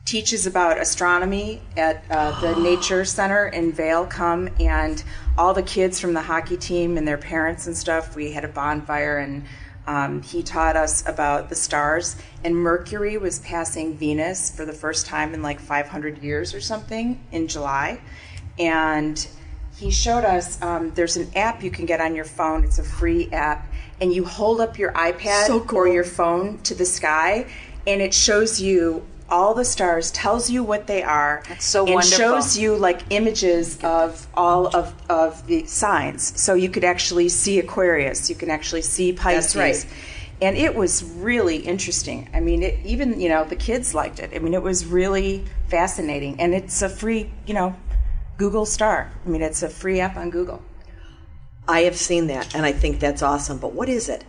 Speaker 4: teaches about astronomy at uh, the Nature Center in Vale come, and all the kids from the hockey team and their parents and stuff. We had a bonfire and. Um, he taught us about the stars, and Mercury was passing Venus for the first time in like 500 years or something in July. And he showed us um, there's an app you can get on your phone. It's a free app, and you hold up your iPad
Speaker 3: So cool.
Speaker 4: or your phone to the sky, and it shows you all the stars, tells you what they are.
Speaker 1: That's so
Speaker 4: and
Speaker 1: wonderful.
Speaker 4: shows you like images of all of, of the signs. So you could actually see Aquarius, you can actually see Pisces.
Speaker 3: right.
Speaker 4: And it was really interesting. I mean, it, even you know the kids liked it. I mean, it was really fascinating, and it's a free, you know, Google Star. I mean, it's a free app on Google.
Speaker 3: I have seen that, and I think that's awesome. But what is it?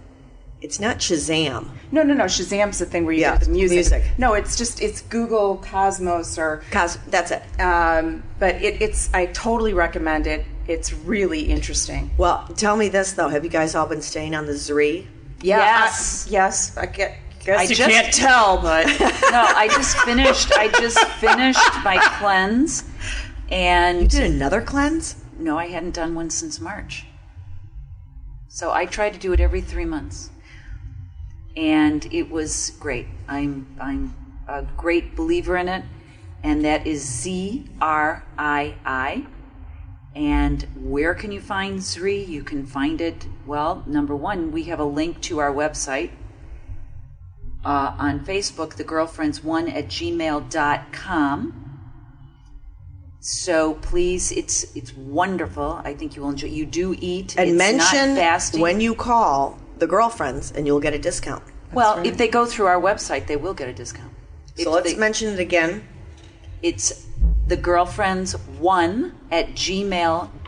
Speaker 3: It's not Shazam.
Speaker 4: No, no, no. Shazam's the thing where you
Speaker 3: Yeah,
Speaker 4: get the music.
Speaker 3: music.
Speaker 4: No, it's just it's Google Cosmos or.
Speaker 3: Cos- that's it.
Speaker 4: Um, but it, it's I totally recommend it. It's really interesting.
Speaker 3: Well, tell me this though: Have you guys all been staying on the Zri?
Speaker 4: Yeah.
Speaker 1: Yes.
Speaker 4: I, yes. I get. Guess
Speaker 1: I
Speaker 4: you
Speaker 1: just-
Speaker 4: can't tell, but
Speaker 1: No, I just finished. I just finished my cleanse, and
Speaker 3: Did another cleanse?
Speaker 1: no, I hadn't done one since March. So I try to do it every three months, and it was great. I'm I'm a great believer in it, and that is Z R I I. And where can you find Zri? You can find it. Well, number one, we have a link to our website, uh, on Facebook, the girlfriends one at gmail.com. So please, it's it's wonderful. I think you will enjoy. You do eat
Speaker 3: And
Speaker 1: it's
Speaker 3: mention
Speaker 1: not fasting.
Speaker 3: when you call the girlfriends, and you'll get a discount.
Speaker 1: well, if they go through our website, they will get a discount. If
Speaker 3: So let's
Speaker 1: they-
Speaker 3: mention it again.
Speaker 1: It's the girlfriends one at gmail.com.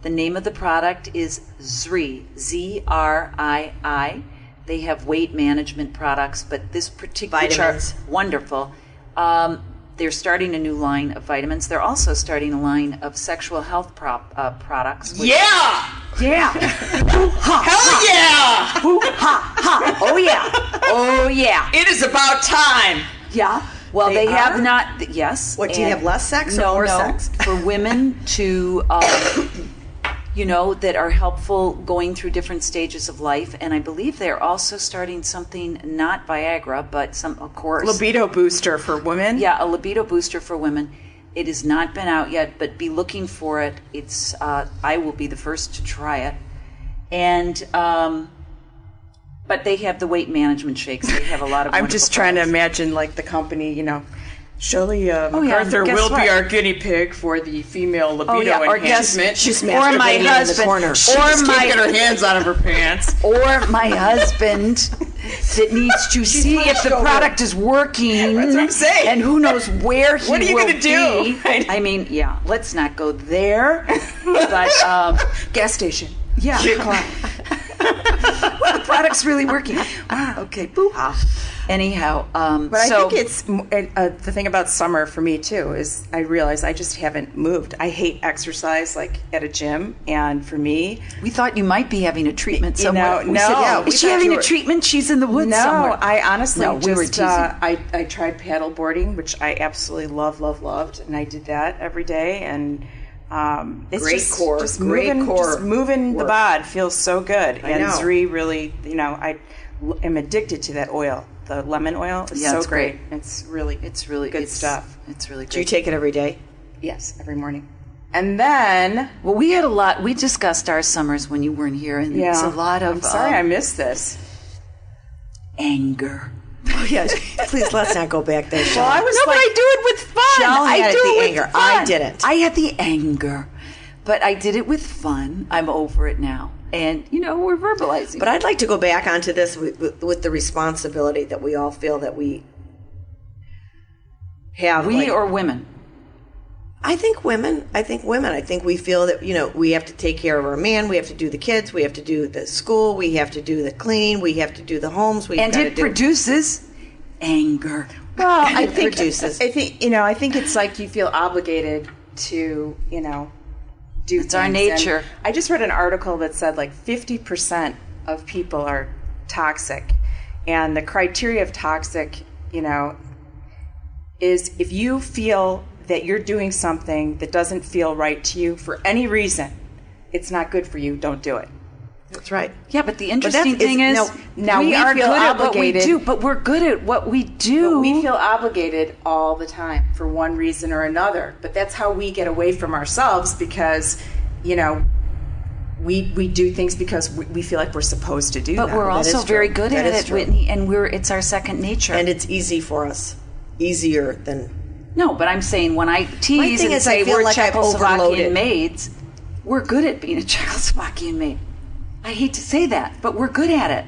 Speaker 1: The name of the product is Zri, Z R I I. They have weight management products, but this particular
Speaker 3: Vitamins.
Speaker 1: which are wonderful. Um, they're starting a new line of vitamins. They're also starting a line of sexual health prop, uh, products. which-
Speaker 4: yeah,
Speaker 1: yeah,
Speaker 4: hell yeah!
Speaker 1: oh yeah, oh yeah,
Speaker 4: It is about time.
Speaker 1: yeah. Well, they,
Speaker 3: They are?
Speaker 1: have not. th- Yes.
Speaker 3: What, do you
Speaker 1: and-
Speaker 3: have less sex or
Speaker 1: no,
Speaker 3: more
Speaker 1: no,
Speaker 3: sex?
Speaker 1: for women to, um, you know, that are helpful going through different stages of life, and I believe they're also starting something not Viagra, but some, of course,
Speaker 4: Libido booster for women.
Speaker 1: yeah, a libido booster for women. It has not been out yet, but be looking for it. It's uh, I will be the first to try it, and um, but they have the weight management shakes. They have a lot of.
Speaker 4: I'm
Speaker 1: wonderful
Speaker 4: just trying to
Speaker 1: products.
Speaker 4: imagine like the company, you know. Shirley
Speaker 1: yeah,
Speaker 4: uh, MacArthur
Speaker 1: guess
Speaker 4: will
Speaker 1: what?
Speaker 4: be our guinea pig for the female libido
Speaker 1: Oh, yeah, or guess-
Speaker 4: enhancement.
Speaker 3: she's
Speaker 1: or my
Speaker 3: masturbating in the
Speaker 1: husband,
Speaker 3: corner.
Speaker 4: she just
Speaker 1: or
Speaker 4: can't
Speaker 1: my
Speaker 4: get her hands out of her pants.
Speaker 1: or my husband that needs to see if
Speaker 4: hunched
Speaker 1: the
Speaker 4: over.
Speaker 1: product is working.
Speaker 4: That's what I'm saying.
Speaker 1: And who knows where he
Speaker 4: What are you
Speaker 1: will
Speaker 4: gonna do?
Speaker 1: be. I mean, yeah, let's not go there. But um,
Speaker 4: Gas station.
Speaker 1: yeah, come on. Well, the product's really working. Wow, okay, boo ha. Ah. Anyhow, um,
Speaker 4: But
Speaker 1: so
Speaker 4: I think it's m- and, uh, the thing about summer for me too is I realize I just haven't moved. I hate exercise like at a gym, and for me,
Speaker 1: we thought you might be having a treatment somewhere.
Speaker 4: know,
Speaker 1: We said,
Speaker 4: no,
Speaker 1: yeah,
Speaker 4: we
Speaker 1: is she
Speaker 4: thought
Speaker 1: having
Speaker 4: you
Speaker 1: a
Speaker 4: were-
Speaker 1: treatment? She's in the woods
Speaker 4: no,
Speaker 1: somewhere.
Speaker 4: I honestly
Speaker 1: No,
Speaker 4: just
Speaker 1: we were teasing.
Speaker 4: Uh, I I tried paddle boarding, which I absolutely love, love, loved, and I did that every day. And um, it's
Speaker 3: Great
Speaker 4: just,
Speaker 3: core,
Speaker 4: just
Speaker 3: great
Speaker 4: moving,
Speaker 3: core
Speaker 4: just moving
Speaker 3: work.
Speaker 4: the bod feels so good. and
Speaker 3: know.
Speaker 4: Zri really, you know, I l- am addicted to that oil. The lemon oil is
Speaker 1: Yeah,
Speaker 4: so
Speaker 1: it's
Speaker 4: great.
Speaker 1: great.
Speaker 4: It's really,
Speaker 1: it's really
Speaker 4: good
Speaker 1: it's-
Speaker 4: stuff.
Speaker 1: It's really good.
Speaker 3: Do you take it every day?
Speaker 4: Yes, every morning. And then,
Speaker 1: Well, we had a lot. We discussed our summers when you weren't here, and
Speaker 4: yeah,
Speaker 1: it's a lot of
Speaker 4: I'm sorry, I
Speaker 1: um,
Speaker 4: missed this.
Speaker 1: anger.
Speaker 3: Oh yeah. Please let's not go back there. Shelley.
Speaker 4: Well, I was
Speaker 1: No, but
Speaker 4: like,
Speaker 1: I do it with fun.
Speaker 3: Shell
Speaker 1: I
Speaker 3: had
Speaker 1: do
Speaker 3: the
Speaker 1: it with
Speaker 3: anger. I
Speaker 1: fun.
Speaker 3: didn't.
Speaker 1: I had the anger, but I did it with fun. I'm over it now. And, you know, we're verbalizing.
Speaker 3: But I'd like to go back onto this with, with, with the responsibility that we all feel that we have.
Speaker 1: we
Speaker 3: like-
Speaker 1: or women.
Speaker 3: I think women. I think women. I think we feel that you know we have to take care of our man. We have to do the kids. We have to do the school. We have to do the cleaning. We have to do the homes. We
Speaker 1: And it
Speaker 3: do,
Speaker 1: produces anger.
Speaker 4: Well, I
Speaker 3: It
Speaker 4: think
Speaker 3: produces.
Speaker 4: I think you know. I think it's like you feel obligated to you know do.
Speaker 1: It's our
Speaker 4: things. And
Speaker 1: nature.
Speaker 4: I just read an article that said like fifty percent of people are toxic, and the criteria of toxic, you know, is if you feel that you're doing something that doesn't feel right to you for any reason, it's not good for you. Don't do it.
Speaker 3: That's right.
Speaker 1: Yeah, but the interesting
Speaker 3: is-
Speaker 1: thing is,
Speaker 3: no,
Speaker 4: now
Speaker 1: we,
Speaker 4: we
Speaker 1: are
Speaker 4: feel
Speaker 1: good
Speaker 4: obligated-
Speaker 1: at what we do, but we're good at what we do.
Speaker 4: But we feel obligated all the time for one reason or another. But that's how we get away from ourselves because, you know, we we do things because we, we feel like we're supposed to do.
Speaker 1: but
Speaker 4: them.
Speaker 1: we're
Speaker 4: That is
Speaker 1: also
Speaker 4: true.
Speaker 1: very good
Speaker 3: That
Speaker 1: at
Speaker 3: is
Speaker 1: it,
Speaker 3: true.
Speaker 1: Whitney, and we're it's our second nature.
Speaker 3: And it's easy for us. Easier than
Speaker 1: no, but I'm saying when I tease
Speaker 3: thing
Speaker 1: and
Speaker 3: is I
Speaker 1: say
Speaker 3: feel
Speaker 1: we're
Speaker 3: like I've
Speaker 1: Czechoslovakian
Speaker 3: overloaded.
Speaker 1: maids, we're good at being a Czechoslovakian maid. I hate to say that, but we're good at it.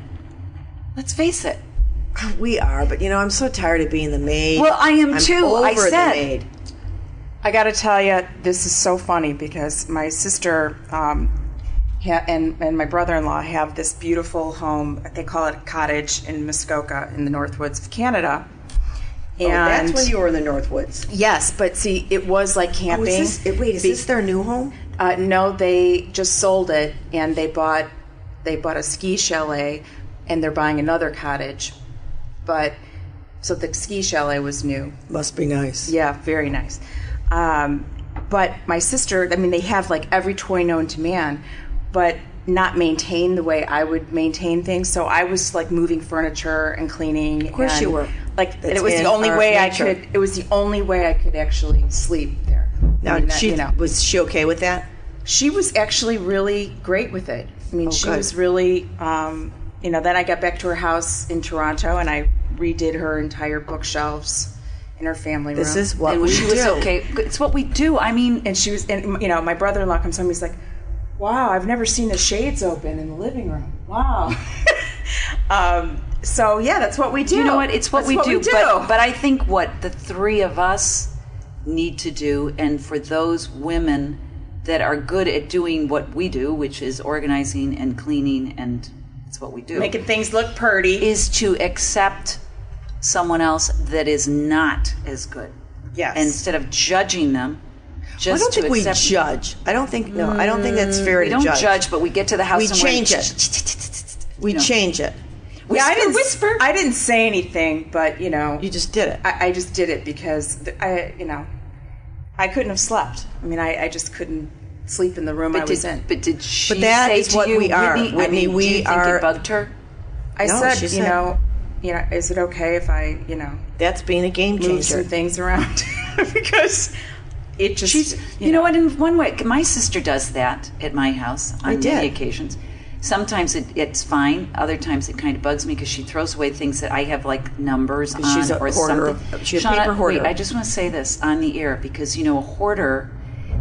Speaker 1: Let's face it.
Speaker 3: we are. But you know, I'm so tired of being the maid.
Speaker 1: Well, I am
Speaker 3: I'm
Speaker 1: too.
Speaker 3: Over
Speaker 1: I said-
Speaker 3: the maid.
Speaker 4: I got to tell you, this is so funny because my sister um, ha- and and my brother-in-law have this beautiful home. They call it a cottage in Muskoka in the Northwoods of Canada.
Speaker 3: Oh,
Speaker 4: And
Speaker 3: that's when you were in the Northwoods.
Speaker 4: yes, but see, it was like
Speaker 3: Oh,
Speaker 4: camping.
Speaker 3: is this, wait, is
Speaker 4: Be-
Speaker 3: this their new home?
Speaker 4: Uh, no, they just sold it and they bought they bought a ski chalet and they're buying another cottage. But so the ski chalet was new.
Speaker 3: Must be nice.
Speaker 4: Yeah, very nice. Um, but my sister, I mean, they have like every toy known to man, but not maintained the way I would maintain things. So I was like moving furniture and cleaning. Of
Speaker 3: course you were.
Speaker 4: Like and
Speaker 3: That's
Speaker 4: it was
Speaker 3: in
Speaker 4: the only
Speaker 3: our
Speaker 4: way
Speaker 3: nature.
Speaker 4: I could. It was the only way I could actually sleep there.
Speaker 3: Now
Speaker 4: I mean, that-
Speaker 3: she
Speaker 4: you know.
Speaker 3: was she okay with that?
Speaker 4: she was actually really great with it. I
Speaker 1: Oh,
Speaker 4: mean, she
Speaker 3: good.
Speaker 4: was really, um, you know. Then I got back to her house in Toronto and I redid her entire bookshelves in her family room.
Speaker 3: This is what
Speaker 1: And
Speaker 3: we
Speaker 1: when she was
Speaker 3: do.
Speaker 1: okay, it's what we do. I mean,
Speaker 4: and she was, and you know, my brother-in-law comes home. He's like, "Wow, I've never seen the shades open in the living room. Wow." um, so yeah, that's what we do.
Speaker 1: you know what? It's what,
Speaker 4: That's
Speaker 1: we, do, But, but I think what the three of us need to do, and for those women that are good at doing what we do, which is organizing and cleaning, and it's what we do,
Speaker 4: making things look pretty.
Speaker 1: is to accept someone else that is not as good.
Speaker 4: yes.
Speaker 1: And instead of judging them,
Speaker 3: I
Speaker 1: just
Speaker 3: don't
Speaker 1: to
Speaker 3: think we
Speaker 1: accept Mm,
Speaker 3: judge. I don't think no. I don't think that's fair
Speaker 1: We
Speaker 3: to
Speaker 1: don't judge.
Speaker 3: judge.
Speaker 1: but we get to the house
Speaker 3: We
Speaker 1: and we're-
Speaker 3: change it. We
Speaker 1: you know.
Speaker 3: change it.
Speaker 1: Whisper,
Speaker 4: I didn't
Speaker 1: whisper.
Speaker 4: I didn't say anything, but you know,
Speaker 3: You just did it.
Speaker 4: I, I just did it because th- I, you know, I couldn't have slept. I mean, I, I just couldn't sleep in the room I
Speaker 1: but
Speaker 4: was
Speaker 1: did,
Speaker 4: in.
Speaker 1: but did she
Speaker 3: that
Speaker 1: say
Speaker 3: is
Speaker 1: to
Speaker 3: what
Speaker 1: you,
Speaker 3: we are,
Speaker 1: Whitney, I
Speaker 3: Whitney,
Speaker 1: mean,
Speaker 3: we
Speaker 1: do you think
Speaker 3: are-
Speaker 1: it bugged her?
Speaker 4: I
Speaker 3: No,
Speaker 4: said,
Speaker 3: she
Speaker 4: you
Speaker 3: said-
Speaker 4: know, you know, is it okay if I, you know,
Speaker 3: That's being a game
Speaker 4: move some
Speaker 3: changer.
Speaker 4: things around because it just,
Speaker 1: She's, you, know, what? In one way, my sister does that at my house on many
Speaker 3: did.
Speaker 1: occasions. Sometimes it, it's fine. Other times it kind of bugs me because she throws away things that I have like numbers on
Speaker 3: she's a
Speaker 1: or
Speaker 3: hoarder of-
Speaker 1: something.
Speaker 3: she's a
Speaker 1: Shauna,
Speaker 3: paper hoarder.
Speaker 1: Wait, I just want to say this on the air because you know a hoarder.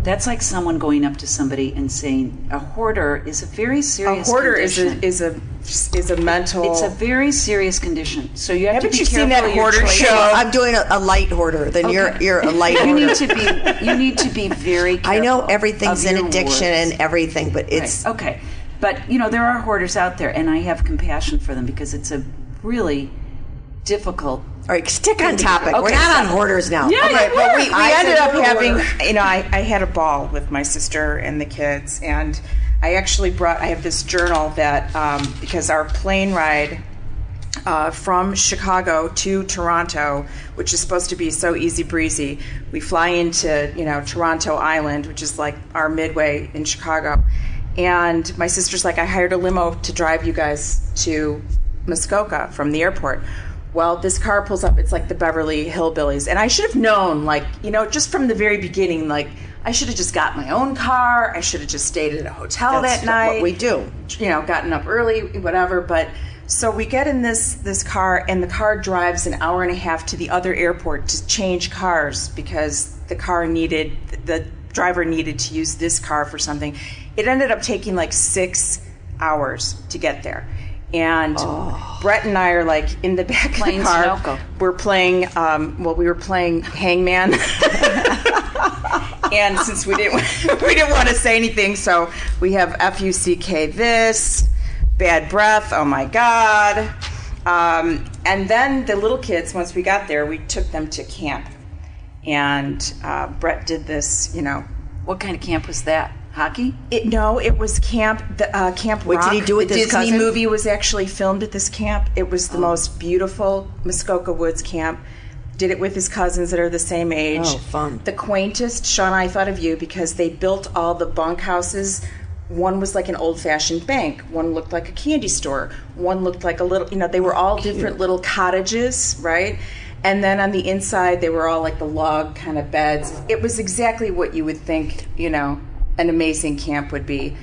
Speaker 1: That's like someone going up to somebody and saying a hoarder is a very
Speaker 4: a
Speaker 1: serious.
Speaker 4: hoarder is
Speaker 1: condition.
Speaker 4: a is a is a mental.
Speaker 1: It's a very serious condition. So you have
Speaker 4: Haven't
Speaker 1: to be
Speaker 4: you
Speaker 1: careful.
Speaker 4: seen that
Speaker 1: of your
Speaker 4: hoarder
Speaker 1: choices.
Speaker 4: show?
Speaker 3: Uh, I'm doing a, a light hoarder. Then you're
Speaker 1: Okay.
Speaker 3: you're a light
Speaker 1: You
Speaker 3: hoarder.
Speaker 1: need to be. You need to be very. careful
Speaker 3: I know everything's
Speaker 1: of
Speaker 3: an
Speaker 1: your
Speaker 3: addiction
Speaker 1: words.
Speaker 3: and everything, but it's
Speaker 1: Right, okay but you know there are hoarders out there and i have compassion for them because it's a really difficult
Speaker 3: all right. Stick on topic. We're
Speaker 1: Okay,
Speaker 3: not on
Speaker 1: so-
Speaker 3: hoarders now.
Speaker 1: Yeah,
Speaker 3: All right,
Speaker 1: you
Speaker 3: but
Speaker 1: were.
Speaker 3: we, we
Speaker 4: I ended up having,
Speaker 3: hoarder.
Speaker 4: you know, I, I had a ball with my sister and the kids, and I actually brought. I have this journal that um, because our plane ride uh, from Chicago to Toronto, which is supposed to be so easy breezy, we fly into you know Toronto Island, which is like our midway in Chicago, and my sister's like, I hired a limo to drive you guys to Muskoka from the airport. Well, this car pulls up. It's like the Beverly Hillbillies. And I should have known, like, you know, just from the very beginning, like, I should have just got my own car. I should have just stayed at a hotel
Speaker 3: That's
Speaker 4: that night
Speaker 3: What we do.
Speaker 4: you know gotten up early whatever but so we get in this this car and the car drives an hour and a half to the other airport to change cars because the car needed the driver needed to use this car for something. It ended up taking like six hours to get there. And Brett and I are like in the back
Speaker 1: Playing
Speaker 4: of the car.
Speaker 1: Sudoku.
Speaker 4: We're playing, um, well, we were playing Hangman. and since we didn't we didn't want to say anything, so we have F U C K this, bad breath, oh my god. Um, and then the little kids, once we got there, we took them to camp. And uh, Brett did this, you know.
Speaker 1: What kind of camp was that? Hockey?
Speaker 4: It, no, it was camp. The, uh, camp
Speaker 3: Wait, did
Speaker 4: Rock.
Speaker 3: he do it with
Speaker 4: The
Speaker 3: his
Speaker 4: Disney
Speaker 3: cousin?
Speaker 4: movie was actually filmed at this camp. It was the
Speaker 3: Oh.
Speaker 4: most beautiful Muskoka Woods camp. Did it with his cousins that are the same age.
Speaker 3: Oh, fun.
Speaker 4: The quaintest, Sean, I thought of you because they built all the bunkhouses. One was like an old fashioned bank, one looked like a candy store, one looked like a little, you know, they were all different little cottages, right? And then on the inside, they were all like the log kind of beds. It was exactly what you would think, you know, an amazing camp would be.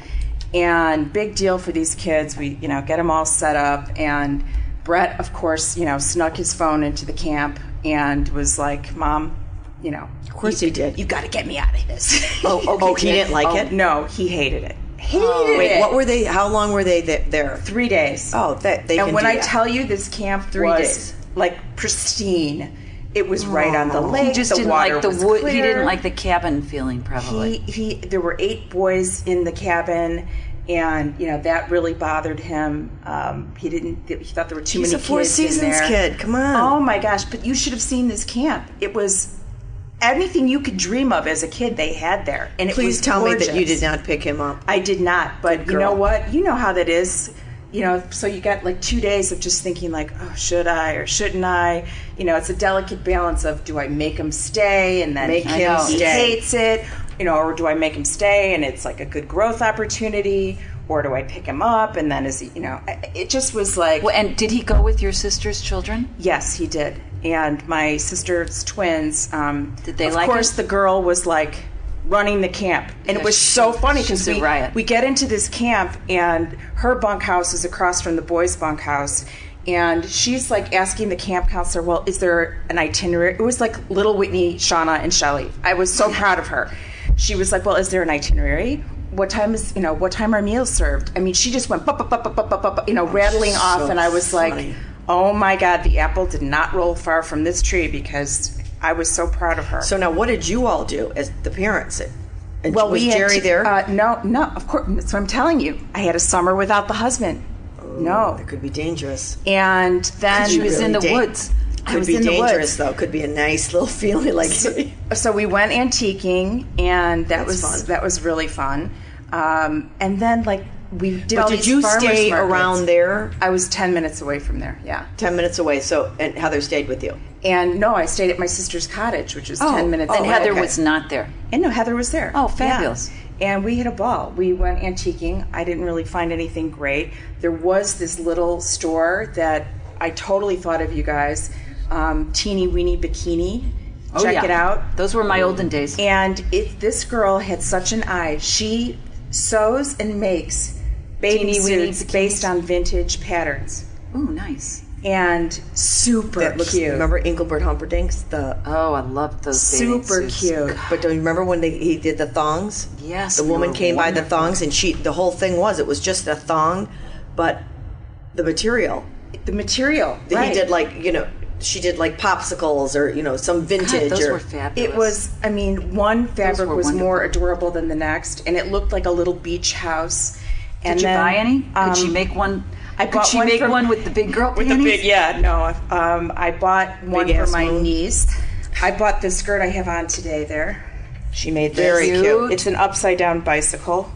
Speaker 4: And big deal for these kids. We, you know, get them all set up. And Brett, of course, you know, snuck his phone into the camp and was like, Mom, you know,
Speaker 3: Of course he did.
Speaker 4: you got to get me out of this.
Speaker 3: Oh, oh, oh, he didn't like
Speaker 4: Oh,
Speaker 3: it?
Speaker 4: No, he hated it. Oh, Hated
Speaker 3: Wait,
Speaker 4: it.
Speaker 3: what were they? How long were they th- there?
Speaker 4: Three days.
Speaker 3: Oh, that they
Speaker 4: and
Speaker 3: can
Speaker 4: when
Speaker 3: do
Speaker 4: I
Speaker 3: that.
Speaker 4: tell you this camp
Speaker 3: Three
Speaker 4: was
Speaker 3: days.
Speaker 4: like pristine, it was right on the
Speaker 3: Oh.
Speaker 4: lake.
Speaker 3: He
Speaker 1: Just
Speaker 4: the
Speaker 1: didn't
Speaker 4: water
Speaker 1: like the
Speaker 4: was
Speaker 1: wood. He
Speaker 4: clear.
Speaker 1: didn't like the cabin feeling, probably.
Speaker 4: He, he there were eight boys in the cabin and you know that really bothered him um, he didn't he thought there were too
Speaker 3: He's
Speaker 4: many
Speaker 3: a Four
Speaker 4: kids in
Speaker 3: Seasons
Speaker 4: there.
Speaker 3: kid. Come on.
Speaker 4: oh my gosh but you should have seen this camp it was anything you could dream of as a kid they had there and it
Speaker 3: Please
Speaker 4: was
Speaker 3: tell me that you
Speaker 4: gorgeous.
Speaker 3: did not pick him up.
Speaker 4: I did not, but
Speaker 3: Good
Speaker 4: you know
Speaker 3: girl.
Speaker 4: what? You know how that is. You know, so you got like two days of just thinking like, oh, should I or shouldn't I? You know, it's a delicate balance of do I make him stay and then
Speaker 3: Make
Speaker 4: he
Speaker 3: him
Speaker 4: he
Speaker 3: stay.
Speaker 4: hates it, you know, or do I make him stay and it's like a good growth opportunity, or do I pick him up and then is he, you know, I- it just was like,
Speaker 1: Well, and did he go with your sister's children?
Speaker 4: yes, he did. And my sister's twins, um,
Speaker 1: Did they
Speaker 4: of
Speaker 1: like
Speaker 4: course,
Speaker 1: it?
Speaker 4: the girl was like running the camp, and
Speaker 1: Yeah,
Speaker 4: it was
Speaker 1: she-
Speaker 4: so funny
Speaker 1: she's
Speaker 4: because
Speaker 1: a
Speaker 4: we
Speaker 1: riot.
Speaker 4: we get into this camp, and her bunkhouse is across from the boys' bunkhouse. And she's like asking the camp counselor, "Well, is there an itinerary?" It was like Little Whitney, Shauna, and Shelly. I was so proud of her. She was like, "Well, is there an itinerary? What time is you know what time are meals served?" I mean, she just went, "Bup, bup, bup, bup, bup, bup, bup," you know, rattling
Speaker 3: so
Speaker 4: off, and I was
Speaker 3: funny.
Speaker 4: like, Oh my God, the apple did not roll far from this tree because I was so proud of her.
Speaker 3: So now, what did you all do as the parents? And
Speaker 4: well,
Speaker 3: was
Speaker 4: we had
Speaker 3: Jerry
Speaker 4: to-
Speaker 3: there?
Speaker 4: Uh, no, no, of course. That's what I'm telling you. I had a summer without the husband.
Speaker 3: Oh,
Speaker 4: no.
Speaker 3: it could be dangerous.
Speaker 4: And then
Speaker 1: She was in the
Speaker 3: Really dan-
Speaker 1: woods.
Speaker 3: Could
Speaker 4: was
Speaker 3: be
Speaker 4: in the
Speaker 3: dangerous
Speaker 4: woods.
Speaker 3: though. Could be a nice little feeling like.
Speaker 4: so we went antiquing, and
Speaker 3: That's
Speaker 4: that was
Speaker 3: fun.
Speaker 4: that was really fun. Um, and then like we did
Speaker 3: but
Speaker 4: all
Speaker 3: did
Speaker 4: these
Speaker 3: you
Speaker 4: farmers
Speaker 3: stay
Speaker 4: markets.
Speaker 3: around there?
Speaker 4: I was ten minutes away from there. Yeah.
Speaker 3: Ten minutes away. So and Heather stayed with you.
Speaker 4: And no, I stayed at my sister's cottage, which
Speaker 3: Oh,
Speaker 4: was ten minutes.
Speaker 1: And
Speaker 4: away.
Speaker 1: Heather
Speaker 4: Oh, Okay.
Speaker 1: was not there.
Speaker 4: And no, Heather was there.
Speaker 1: Oh, fabulous.
Speaker 4: Yeah. And we hit a ball. We went antiquing. I didn't really find anything great. There was this little store that I totally thought of you guys, um, Teeny Weeny Bikini. Check
Speaker 1: Oh, yeah.
Speaker 4: it out.
Speaker 1: Those were my olden days.
Speaker 4: And it, this girl had such an eye. She sews and makes baby
Speaker 1: Teeny weeny
Speaker 4: suits
Speaker 1: bikinis.
Speaker 4: based on vintage patterns.
Speaker 1: Ooh, nice.
Speaker 4: And super
Speaker 3: That looks.
Speaker 4: cute.
Speaker 3: Remember Engelbert Humperdinck's the. um,
Speaker 1: Oh, I loved those bathing
Speaker 4: super
Speaker 1: suits.
Speaker 4: cute.
Speaker 3: But do you remember when they, he did the thongs?
Speaker 1: Yes,
Speaker 3: The
Speaker 1: they
Speaker 3: woman
Speaker 1: were
Speaker 3: came by the
Speaker 1: wonderful.
Speaker 3: thongs, and she. The whole thing was it was just a thong, but the material
Speaker 4: The material.
Speaker 3: that
Speaker 4: right.
Speaker 3: he did like you know she did like popsicles or you know some
Speaker 1: God,
Speaker 3: vintage.
Speaker 1: those
Speaker 3: or,
Speaker 1: were fabulous.
Speaker 4: It was, I mean, one fabric
Speaker 1: were
Speaker 4: was more
Speaker 1: wonderful.
Speaker 4: adorable than the next, and it looked like a little beach house.
Speaker 1: Did
Speaker 4: and
Speaker 1: you
Speaker 4: then,
Speaker 1: buy any? Could
Speaker 4: um,
Speaker 1: she make one?
Speaker 4: I
Speaker 1: could
Speaker 4: bought
Speaker 1: she
Speaker 4: one
Speaker 1: make
Speaker 4: from-
Speaker 1: one with the big girl
Speaker 4: with the
Speaker 1: panties?
Speaker 4: big? Yeah, no. Um, I bought one for
Speaker 3: ass
Speaker 4: my
Speaker 3: moon.
Speaker 4: niece. I bought this skirt I have on today. There, she made this.
Speaker 3: Very
Speaker 1: Cute. cute.
Speaker 4: It's an upside down bicycle.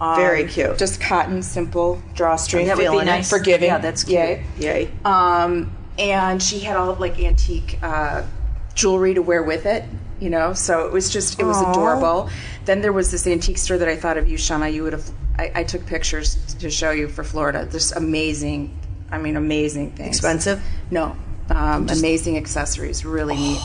Speaker 4: Um,
Speaker 3: Very cute.
Speaker 4: Just cotton, simple drawstring.
Speaker 1: That would be
Speaker 3: Feeling it.
Speaker 1: nice.
Speaker 4: Forgiving.
Speaker 1: Yeah, that's cute.
Speaker 4: Yay.
Speaker 3: Yay.
Speaker 4: Um, and she had all of like antique uh, jewelry to wear with it, you know. So it was just it was adorable. Then there was this antique store that I thought of you, Shauna. You would have. I, I took pictures to show you for Florida. This amazing, I mean, amazing things.
Speaker 3: Expensive?
Speaker 4: No, um, amazing accessories. Really neat.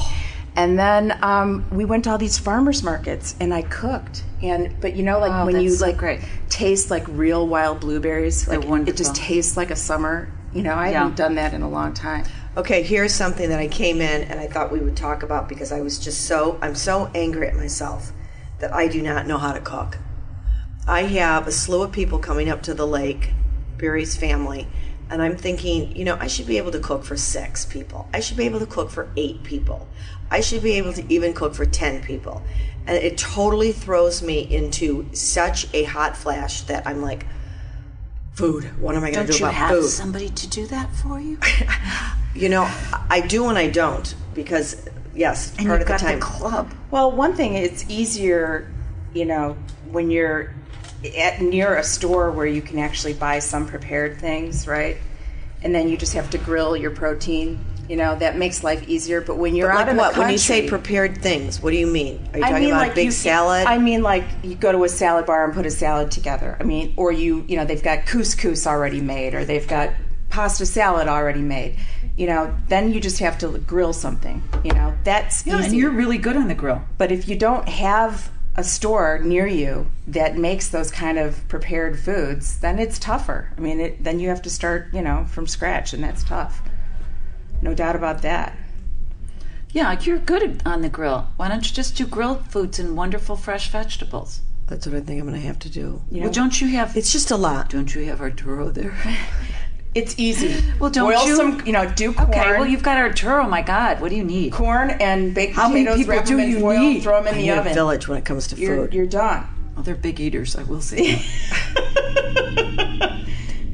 Speaker 4: And then um, we went to all these farmers markets, and I cooked. And but you know, like
Speaker 1: Oh,
Speaker 4: when you
Speaker 1: that's so
Speaker 4: like
Speaker 1: great.
Speaker 4: taste like real wild blueberries, like it
Speaker 1: wonderful.
Speaker 4: just tastes like a summer. You know, I
Speaker 1: Yeah.
Speaker 4: haven't done that in a long time.
Speaker 3: Okay, here's something that I came in and I thought we would talk about because I was just so I'm so angry at myself that I do not know how to cook. I have a slew of people coming up to the lake, Barry's family, and I'm thinking, you know, I should be able to cook for six people. I should be able to cook for eight people. I should be able to even cook for 10 people. And it totally throws me into such a hot flash that I'm like, food, what am I going to
Speaker 1: Don't
Speaker 3: do
Speaker 1: you
Speaker 3: about
Speaker 1: have
Speaker 3: food?
Speaker 1: somebody to do that for you?
Speaker 3: you know, I- I do and I don't because, yes,
Speaker 1: And
Speaker 3: part
Speaker 1: you've
Speaker 3: of the
Speaker 1: got the,
Speaker 3: time.
Speaker 1: club.
Speaker 4: Well, one thing it's easier, you know, when you're at near a store where you can actually buy some prepared things, right? And then you just have to grill your protein. You know, that makes life easier. But when you're out
Speaker 3: like
Speaker 4: in
Speaker 3: what?
Speaker 4: the
Speaker 3: When you say
Speaker 4: country-
Speaker 3: prepared things, what do you mean? Are you talking about a big
Speaker 4: you-
Speaker 3: salad?
Speaker 4: I mean, like you go to a salad bar and put a salad together. I mean, or you, you know, they've got couscous already made, or they've got pasta salad already made. You know, then you just have to grill something. You know, that's
Speaker 1: Yeah,
Speaker 4: easy.
Speaker 1: and you're really good on the grill.
Speaker 4: But if you don't have a store near you that makes those kind of prepared foods, then it's tougher. I mean, it, then you have to start, you know, from scratch, and that's tough. No doubt about that.
Speaker 1: Yeah, you're good on the grill. Why don't you just do grilled foods and wonderful fresh vegetables?
Speaker 3: That's what I think I'm going to have to do.
Speaker 1: Well, don't you have?
Speaker 3: It's just a lot.
Speaker 1: don't you have Arturo there?
Speaker 4: It's easy.
Speaker 1: Well, don't
Speaker 4: Boil
Speaker 1: you-
Speaker 4: some, you know, do corn.
Speaker 1: Okay. Well, you've got Arturo. My God, what do you need?
Speaker 4: corn and baked
Speaker 1: How many
Speaker 4: potatoes.
Speaker 1: people
Speaker 4: wrap
Speaker 1: do
Speaker 4: them in
Speaker 1: you
Speaker 4: foil,
Speaker 1: need?
Speaker 4: Throw them in
Speaker 3: I
Speaker 4: the
Speaker 3: need a
Speaker 4: oven.
Speaker 3: village when it comes to
Speaker 4: You're,
Speaker 3: food.
Speaker 4: you're done.
Speaker 1: Oh, they're big eaters. I will say.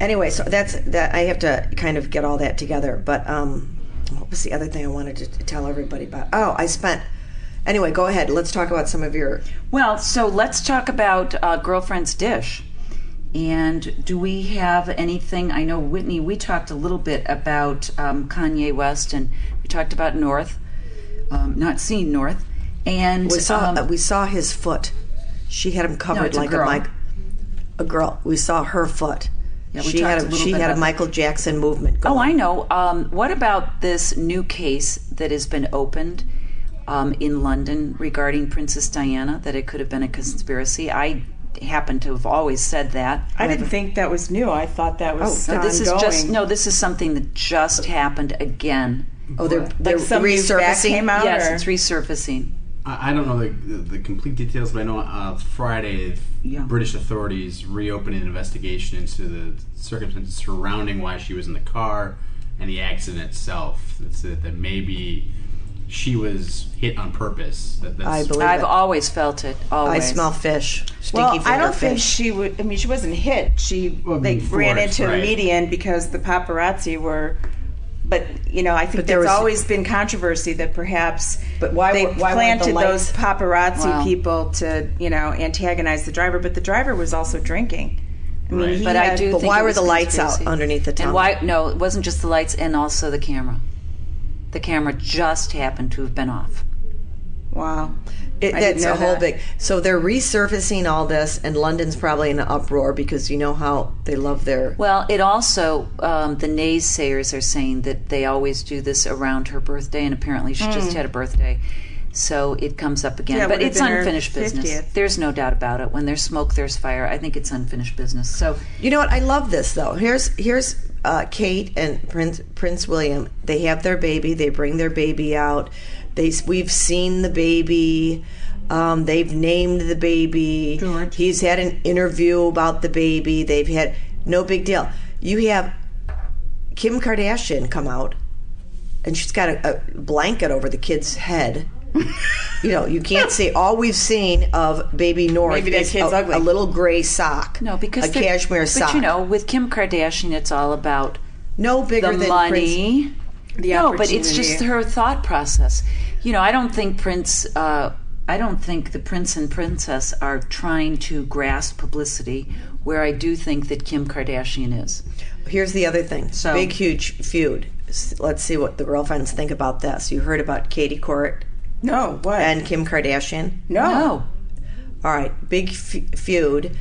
Speaker 3: anyway, so that's that. I have to kind of get all that together. But um, what was the other thing I wanted to t- tell everybody about? Oh, I spent. Anyway, go ahead. Let's talk about some of your.
Speaker 1: well, so let's talk about uh, girlfriend's dish. And do we have anything? I know Whitney. We talked a little bit about um, Kanye West, and we talked about North, um, not seeing North, and
Speaker 3: We saw
Speaker 1: um,
Speaker 3: we saw his foot. She had him covered
Speaker 1: it's a
Speaker 3: like
Speaker 1: girl.
Speaker 3: mic. A girl. We saw her foot.
Speaker 1: Yeah, we
Speaker 3: she had
Speaker 1: talked a
Speaker 3: a,
Speaker 1: little
Speaker 3: she
Speaker 1: bit
Speaker 3: had a
Speaker 1: about that.
Speaker 3: Michael Jackson movement. Going.
Speaker 1: Oh, I know. Um, what about this new case that has been opened um, in London regarding Princess Diana? That it could have been a conspiracy. I happen to have always said that.
Speaker 4: I didn't think that was new. I thought that was
Speaker 1: But this is just no. This is something that just happened again.
Speaker 3: Oh, they're, they're
Speaker 4: some new fact
Speaker 3: resurfacing.
Speaker 4: came out?
Speaker 1: Yes,
Speaker 4: or-
Speaker 1: it's resurfacing.
Speaker 5: I I don't know the, the, the complete details, but I know uh, Friday,
Speaker 1: Yeah.
Speaker 5: British authorities reopened an investigation into the circumstances surrounding why she was in the car and the accident itself. That said that maybe she was hit on purpose. That, that's
Speaker 3: I believe
Speaker 1: I've
Speaker 3: it.
Speaker 1: always felt it.
Speaker 3: I
Speaker 1: Always.
Speaker 3: smell fish. Stinky
Speaker 4: Well,
Speaker 3: finger
Speaker 4: I don't think
Speaker 3: fish.
Speaker 4: she would. I mean, she wasn't hit. She
Speaker 5: Well, I
Speaker 4: they
Speaker 5: mean,
Speaker 4: ran
Speaker 5: forced,
Speaker 4: into a
Speaker 5: right.
Speaker 4: median because the paparazzi were. But you know, I think
Speaker 3: there
Speaker 4: there's
Speaker 3: was-
Speaker 4: always been controversy that perhaps
Speaker 3: But why
Speaker 4: they
Speaker 3: were- why weren't the
Speaker 4: planted
Speaker 3: lights-
Speaker 4: those paparazzi
Speaker 1: Wow.
Speaker 4: people to you know antagonize the driver. But the driver was also drinking. I mean,
Speaker 5: Right.
Speaker 4: he
Speaker 1: But I
Speaker 4: had-
Speaker 1: do.
Speaker 3: But
Speaker 1: think
Speaker 3: why
Speaker 1: it
Speaker 3: were
Speaker 1: was
Speaker 3: the lights out
Speaker 1: conspiracy.
Speaker 3: underneath the tunnel?
Speaker 1: And why? No, it wasn't just the lights, and also the camera. The camera just happened to have been off.
Speaker 4: Wow.
Speaker 3: It,
Speaker 4: I didn't
Speaker 3: that's a
Speaker 4: know
Speaker 3: whole
Speaker 4: that.
Speaker 3: big. So they're resurfacing all this, and London's probably in an uproar because you know how they love their.
Speaker 1: Well, it also um, the naysayers are saying that they always do this around her birthday, and apparently she just
Speaker 3: Hmm.
Speaker 1: had a birthday, so it comes up again.
Speaker 4: Yeah, it
Speaker 1: but
Speaker 4: would've
Speaker 1: it's
Speaker 4: been her
Speaker 1: unfinished business.
Speaker 4: 50th.
Speaker 1: There's no doubt about it. When there's smoke, there's fire. I think it's unfinished business. So
Speaker 3: You know what? I love this though. Here's here's uh, Kate and Prince Prince William. They have their baby. They bring their baby out. They we've seen the baby. Um, they've named the baby.
Speaker 4: George.
Speaker 3: He's had an interview about the baby. They've had no big deal. You have Kim Kardashian come out, and she's got a, a blanket over the kid's head. you know, you can't see. All we've seen of baby North
Speaker 4: Maybe that
Speaker 3: is
Speaker 4: kid's
Speaker 3: a,
Speaker 4: ugly.
Speaker 3: a little gray sock.
Speaker 1: no, because
Speaker 3: a
Speaker 1: they're-
Speaker 3: cashmere
Speaker 1: but
Speaker 3: sock.
Speaker 1: you know, with Kim Kardashian, it's all about
Speaker 3: no bigger
Speaker 1: the
Speaker 3: than Prince.
Speaker 1: money.
Speaker 4: The
Speaker 1: no, but it's just
Speaker 4: opportunity.
Speaker 1: her thought process. You know, I don't think Prince. Uh, I don't think the prince and princess are trying to grasp publicity, where I do think that Kim Kardashian is.
Speaker 3: Here's the other thing.
Speaker 1: So-
Speaker 3: Big huge feud. S- Let's see what the girlfriends think about this. You heard about Katie Couric
Speaker 4: No. What?
Speaker 3: and Kim Kardashian.
Speaker 4: no.
Speaker 3: Oh,
Speaker 1: No,
Speaker 3: All right, big f- feud.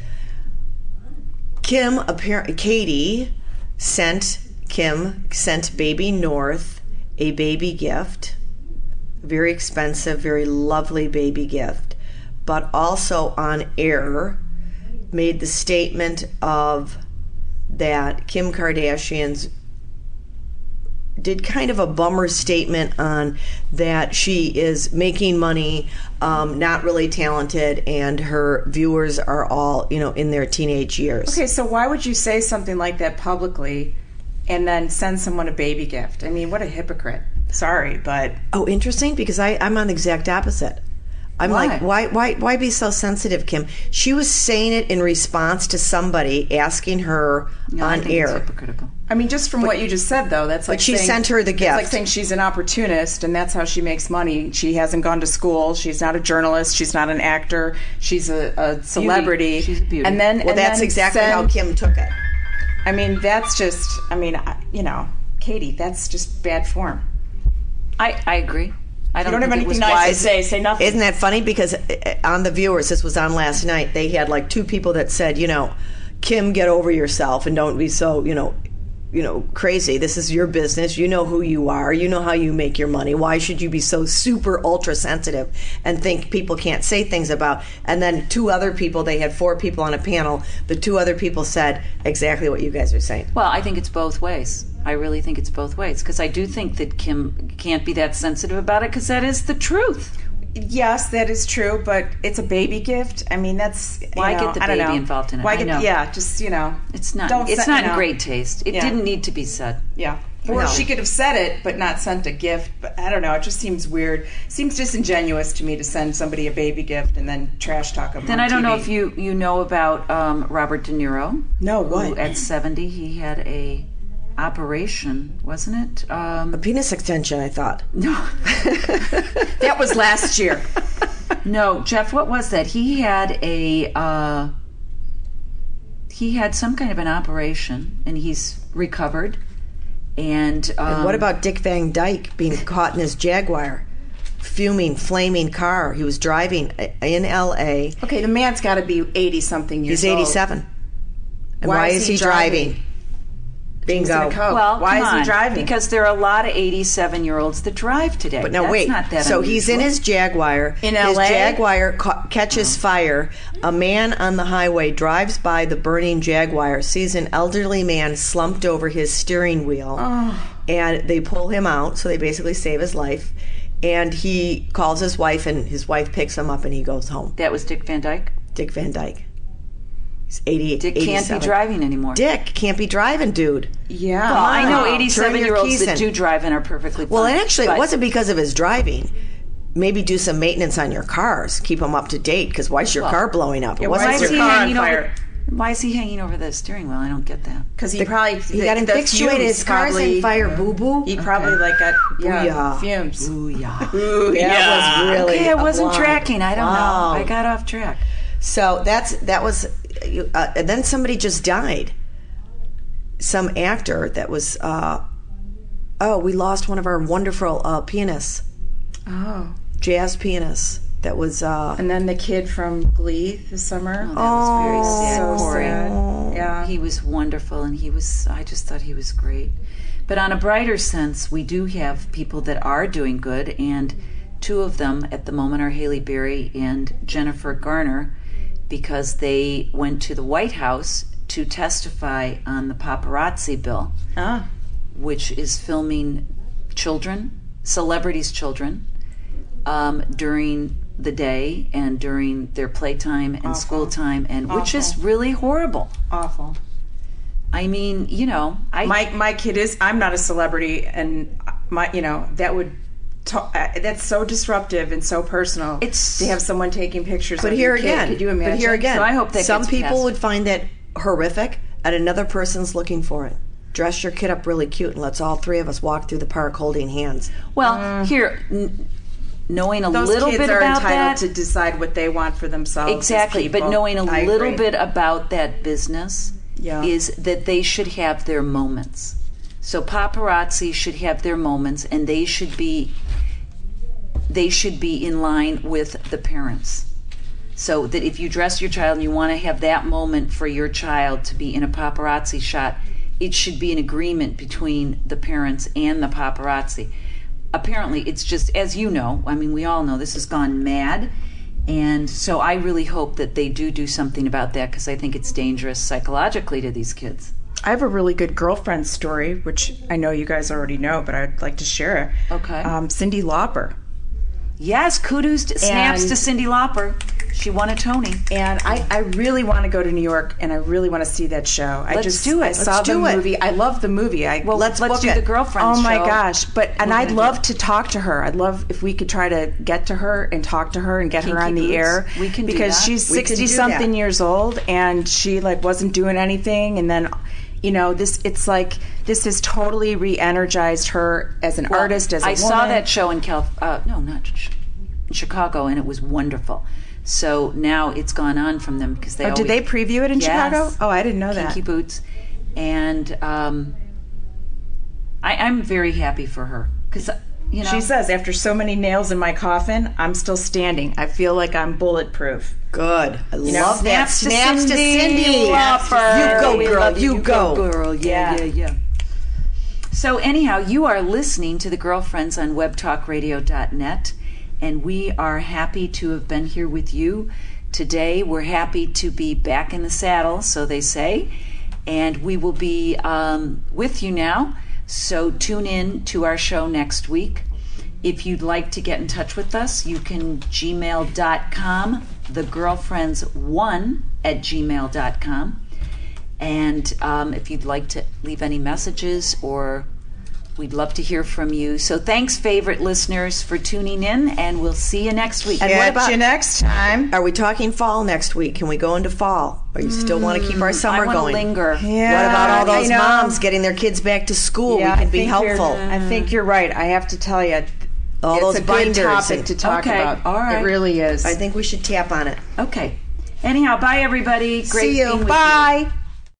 Speaker 3: Kim apparent Katie sent Kim sent baby North a baby gift. Very expensive, very lovely baby gift, but also on air made the statement of that Kim Kardashian's did kind of a bummer statement on that she is making money, um, not really talented, and her viewers are all you know in their teenage years.
Speaker 4: Okay, so why would you say something like that publicly and then send someone a baby gift? I mean, what a hypocrite. Sorry, but
Speaker 3: Oh, interesting. Because I, I'm on the exact opposite. I'm
Speaker 4: Why?
Speaker 3: like, why, why, why be so sensitive, Kim? She was saying it in response to somebody asking her
Speaker 1: No, I
Speaker 3: on
Speaker 1: think it's
Speaker 3: air.
Speaker 1: hypocritical.
Speaker 4: I mean, just from what you just said, though, that's like
Speaker 3: she
Speaker 4: saying-
Speaker 3: sent her the
Speaker 4: that's like
Speaker 3: gift.
Speaker 4: saying she's an opportunist, and that's how she makes money. She hasn't gone to school. She's not a journalist. She's not an actor. She's a, a celebrity.
Speaker 1: She's a beauty.
Speaker 4: And then,
Speaker 3: Well, that's exactly how Kim took it.
Speaker 4: I mean, that's just. I mean, I- you know, Katie, that's just bad form.
Speaker 1: I, I agree. I
Speaker 4: You
Speaker 1: don't,
Speaker 4: don't have
Speaker 1: think it was
Speaker 4: anything nice to
Speaker 1: wise.
Speaker 4: say. Say nothing.
Speaker 3: Isn't that funny? Because uh, on the viewers, this was on last night. They had like two people that said, you know, Kim, get over yourself and don't be so, you know, you know, crazy. This is your business. You know who you are. You know how you make your money. Why should you be so super ultra sensitive and think people can't say things about? And then two other people. They had four people on a panel. The two other people said exactly what you guys are saying.
Speaker 1: Well, I think it's both ways. I really think it's both ways because I do think that Kim can't be that sensitive about it because that is the truth.
Speaker 4: Yes, that is true, but it's a baby gift. I mean, that's you
Speaker 1: Why
Speaker 4: know,
Speaker 1: get the
Speaker 4: I don't
Speaker 1: baby
Speaker 4: know.
Speaker 1: involved in it?
Speaker 4: Why
Speaker 1: I
Speaker 4: get
Speaker 1: know.
Speaker 4: yeah? Just you know,
Speaker 1: It's not.
Speaker 4: Don't
Speaker 1: it's
Speaker 4: sen-
Speaker 1: not in
Speaker 4: no.
Speaker 1: great taste. It
Speaker 4: Yeah.
Speaker 1: didn't need to be said.
Speaker 4: Yeah. Or
Speaker 3: No.
Speaker 4: she could have said it, but not sent a gift. But I don't know. It just seems weird. Seems disingenuous to me to send somebody a baby gift and then trash talk them.
Speaker 1: Then
Speaker 4: on
Speaker 1: I don't know
Speaker 4: TV.
Speaker 1: if you you know about um, Robert De Niro.
Speaker 4: No,
Speaker 1: Who
Speaker 4: what?
Speaker 1: at seventy he had a operation, wasn't it? Um,
Speaker 3: Penis extension. I thought.
Speaker 1: no,
Speaker 4: That was last year.
Speaker 1: no, Jeff. What was that? He had a uh, he had some kind of an operation, and he's recovered. And, um,
Speaker 3: What about Dick Van Dyke being caught in his Jaguar? Fuming, flaming car. He was driving i- in LA.
Speaker 4: Okay, the man's got to be eighty something years
Speaker 3: He's
Speaker 4: old.
Speaker 3: 87. And why, is he, driving?
Speaker 4: in
Speaker 3: Bingo.
Speaker 4: a Coke.
Speaker 1: Well,
Speaker 4: Why
Speaker 1: come
Speaker 4: is he
Speaker 1: on,
Speaker 4: driving?
Speaker 1: Because there are a lot of 87 year olds that drive today.
Speaker 3: But now
Speaker 1: That's
Speaker 3: wait.
Speaker 1: Not that
Speaker 3: so he's in
Speaker 1: unusual.
Speaker 3: his Jaguar.
Speaker 4: In
Speaker 3: his
Speaker 4: LA?
Speaker 3: Jaguar ca-
Speaker 1: Oh.
Speaker 3: catches fire. A man on the highway drives by the burning Jaguar, sees an elderly man slumped over his steering wheel,
Speaker 1: Oh.
Speaker 3: and they pull him out. So they basically save his life. And he calls his wife, and his wife picks him up, and he goes home.
Speaker 1: That was Dick Van Dyke.
Speaker 3: Dick Van Dyke. He's 88.
Speaker 1: Dick can't be driving anymore.
Speaker 3: Dick can't be driving, dude.
Speaker 4: yeah,
Speaker 1: Well, I know
Speaker 3: Wow. Turn
Speaker 1: 87
Speaker 3: your
Speaker 1: year olds
Speaker 3: keys
Speaker 1: that
Speaker 3: in.
Speaker 1: do drive and are perfectly
Speaker 3: Well,
Speaker 1: fine.
Speaker 3: and actually,
Speaker 1: But
Speaker 3: it wasn't because of his driving. Maybe do some maintenance on your cars, keep them up to date. Because why's your car blowing up? It
Speaker 4: why
Speaker 1: Why
Speaker 3: wasn't
Speaker 1: is,
Speaker 4: your
Speaker 1: he
Speaker 4: car on
Speaker 1: hanging over,
Speaker 4: fire?
Speaker 1: why is he hanging over the steering wheel? I don't get that.
Speaker 4: because he probably
Speaker 3: he got infatuated. His car's on fire. Boo boo.
Speaker 4: He probably like got yeah
Speaker 3: Booyah.
Speaker 4: fumes.
Speaker 1: Ooh, yeah.
Speaker 3: That was really.
Speaker 1: Okay, I
Speaker 3: a
Speaker 1: wasn't
Speaker 3: blonde.
Speaker 1: tracking. I don't
Speaker 3: Wow.
Speaker 1: know. I got off track.
Speaker 3: So that's that was, uh, and then somebody just died. Some actor that was. Uh, oh, we lost one of our wonderful uh, pianists,
Speaker 4: Oh.
Speaker 3: jazz pianists. That was. Uh,
Speaker 4: And then the kid from Glee this summer.
Speaker 1: Oh,
Speaker 4: Oh,
Speaker 1: That
Speaker 3: Oh,
Speaker 1: was very sad.
Speaker 4: so
Speaker 1: Corey.
Speaker 4: sad. Yeah.
Speaker 1: He was wonderful, and he was. I just thought he was great. But on a brighter sense, we do have people that are doing good, and two of them at the moment are Haley Berry and Jennifer Garner, because they went to the White House to testify on the paparazzi bill,
Speaker 4: Ah.
Speaker 1: which is filming children, celebrities' children, um, during the day and during their playtime and school time, and which is really horrible.
Speaker 4: awful.
Speaker 1: I mean, you know, I
Speaker 4: My my kid is. I'm not a celebrity, and my you know that would. ta- uh, that's so disruptive and so personal.
Speaker 1: It's-
Speaker 4: to have someone taking pictures.
Speaker 3: But
Speaker 4: of
Speaker 3: here
Speaker 4: your kid.
Speaker 3: again,
Speaker 4: could you imagine?
Speaker 3: But here again,
Speaker 1: So I hope that
Speaker 3: some
Speaker 1: gets
Speaker 3: people
Speaker 1: passed.
Speaker 3: would find that horrific, and another person's looking for it. Dress your kid up really cute, and let's all three of us walk through the park holding hands.
Speaker 1: well here n- knowing a
Speaker 4: mm. Those
Speaker 1: little
Speaker 4: kids
Speaker 1: bit
Speaker 4: are
Speaker 1: about
Speaker 4: entitled
Speaker 1: that
Speaker 4: to decide what they want for themselves. as
Speaker 1: exactly, but
Speaker 4: people.
Speaker 1: knowing a
Speaker 4: I
Speaker 1: little
Speaker 4: agree.
Speaker 1: bit about that business
Speaker 4: Yeah.
Speaker 1: is that they should have their moments. So paparazzi should have their moments, and they should be they should be in line with the parents. So that if you dress your child and you want to have that moment for your child to be in a paparazzi shot, it should be an agreement between the parents and the paparazzi. Apparently, it's just, as you know, I mean, we all know this has gone mad. And so I really hope that they do do something about that because I think it's dangerous psychologically to these kids.
Speaker 4: I have a really good girlfriend story, which I know you guys already know, but I'd like to share.
Speaker 1: Okay.
Speaker 4: Um, Cindy Lauper.
Speaker 1: Yes, kudos, to, snaps
Speaker 4: And-
Speaker 1: to Cindy Lauper. She won a Tony.
Speaker 4: And I, I really want to go to New York, and I really want to see that show. I
Speaker 1: Let's
Speaker 4: just
Speaker 1: do it.
Speaker 4: I saw
Speaker 1: Let's
Speaker 4: the
Speaker 1: do it.
Speaker 4: movie. I love the movie. I
Speaker 1: Well,
Speaker 3: Let's
Speaker 1: let's,
Speaker 3: book
Speaker 1: do
Speaker 3: it.
Speaker 1: the girlfriend.
Speaker 4: oh my
Speaker 1: show.
Speaker 4: gosh! But and
Speaker 1: We're
Speaker 4: I'd
Speaker 1: gonna
Speaker 4: love
Speaker 1: do-
Speaker 4: to talk to her. I'd love if we could try to get to her and talk to her and get her
Speaker 1: Kinky
Speaker 4: on the
Speaker 1: boots.
Speaker 4: air.
Speaker 1: We can do
Speaker 4: because
Speaker 1: that.
Speaker 4: she's
Speaker 3: We can do
Speaker 4: sixty something
Speaker 3: that.
Speaker 4: years old and she like wasn't doing anything, and then you know this. It's like this has totally re-energized her as an
Speaker 1: Well,
Speaker 4: artist. As a
Speaker 1: I saw
Speaker 4: woman.
Speaker 1: that show in Cal. Uh, no, not Ch- Chicago, and it was wonderful. So now it's gone on from them because they.
Speaker 4: Oh, did they
Speaker 1: always-
Speaker 4: preview it in
Speaker 1: Yes.
Speaker 4: Chicago? Oh, I didn't know that.
Speaker 1: Kinky Boots, and um, I, I'm very happy for her because you know
Speaker 4: She says, after so many nails in my coffin, I'm still standing. I feel like I'm bulletproof.
Speaker 3: Good. I love that.
Speaker 1: Snaps to
Speaker 3: Snaps to
Speaker 1: Cindy
Speaker 3: Cindy.
Speaker 1: Lauper.
Speaker 3: You go,
Speaker 1: We
Speaker 3: girl.
Speaker 1: love
Speaker 3: You go.
Speaker 1: girl. Yeah, yeah, yeah. So anyhow, you are listening to the girlfriends on webtalkradio.net, and we are happy to have been here with you today. We're happy to be back in the saddle, so they say, and we will be um, with you now. So tune in to our show next week. If you'd like to get in touch with us, you can gmail.com, thegirlfriends1 at gmail.com. And um, if you'd like to leave any messages, or we'd love to hear from you. So thanks, favorite listeners, for tuning in, and we'll see you next week.
Speaker 3: And what about
Speaker 4: you next time.
Speaker 3: Are we talking fall next week? Can we go into fall? Or you still want to keep our
Speaker 1: I
Speaker 3: summer
Speaker 1: want to
Speaker 3: going?
Speaker 1: linger.
Speaker 3: What about all
Speaker 4: I
Speaker 3: those
Speaker 4: know.
Speaker 3: moms getting their kids back to school?
Speaker 4: Yeah,
Speaker 3: we
Speaker 4: I
Speaker 3: can be
Speaker 4: think you're-
Speaker 3: helpful.
Speaker 4: I think you're right. I have to tell you,
Speaker 3: All
Speaker 4: it's
Speaker 3: those
Speaker 4: a good
Speaker 3: binders
Speaker 4: topic
Speaker 3: and-
Speaker 4: to talk
Speaker 1: Okay,
Speaker 4: about.
Speaker 1: all right.
Speaker 4: It really is.
Speaker 3: I think we should tap on it.
Speaker 1: Okay. Anyhow, bye everybody. Great
Speaker 3: See you.
Speaker 1: being with
Speaker 4: Bye.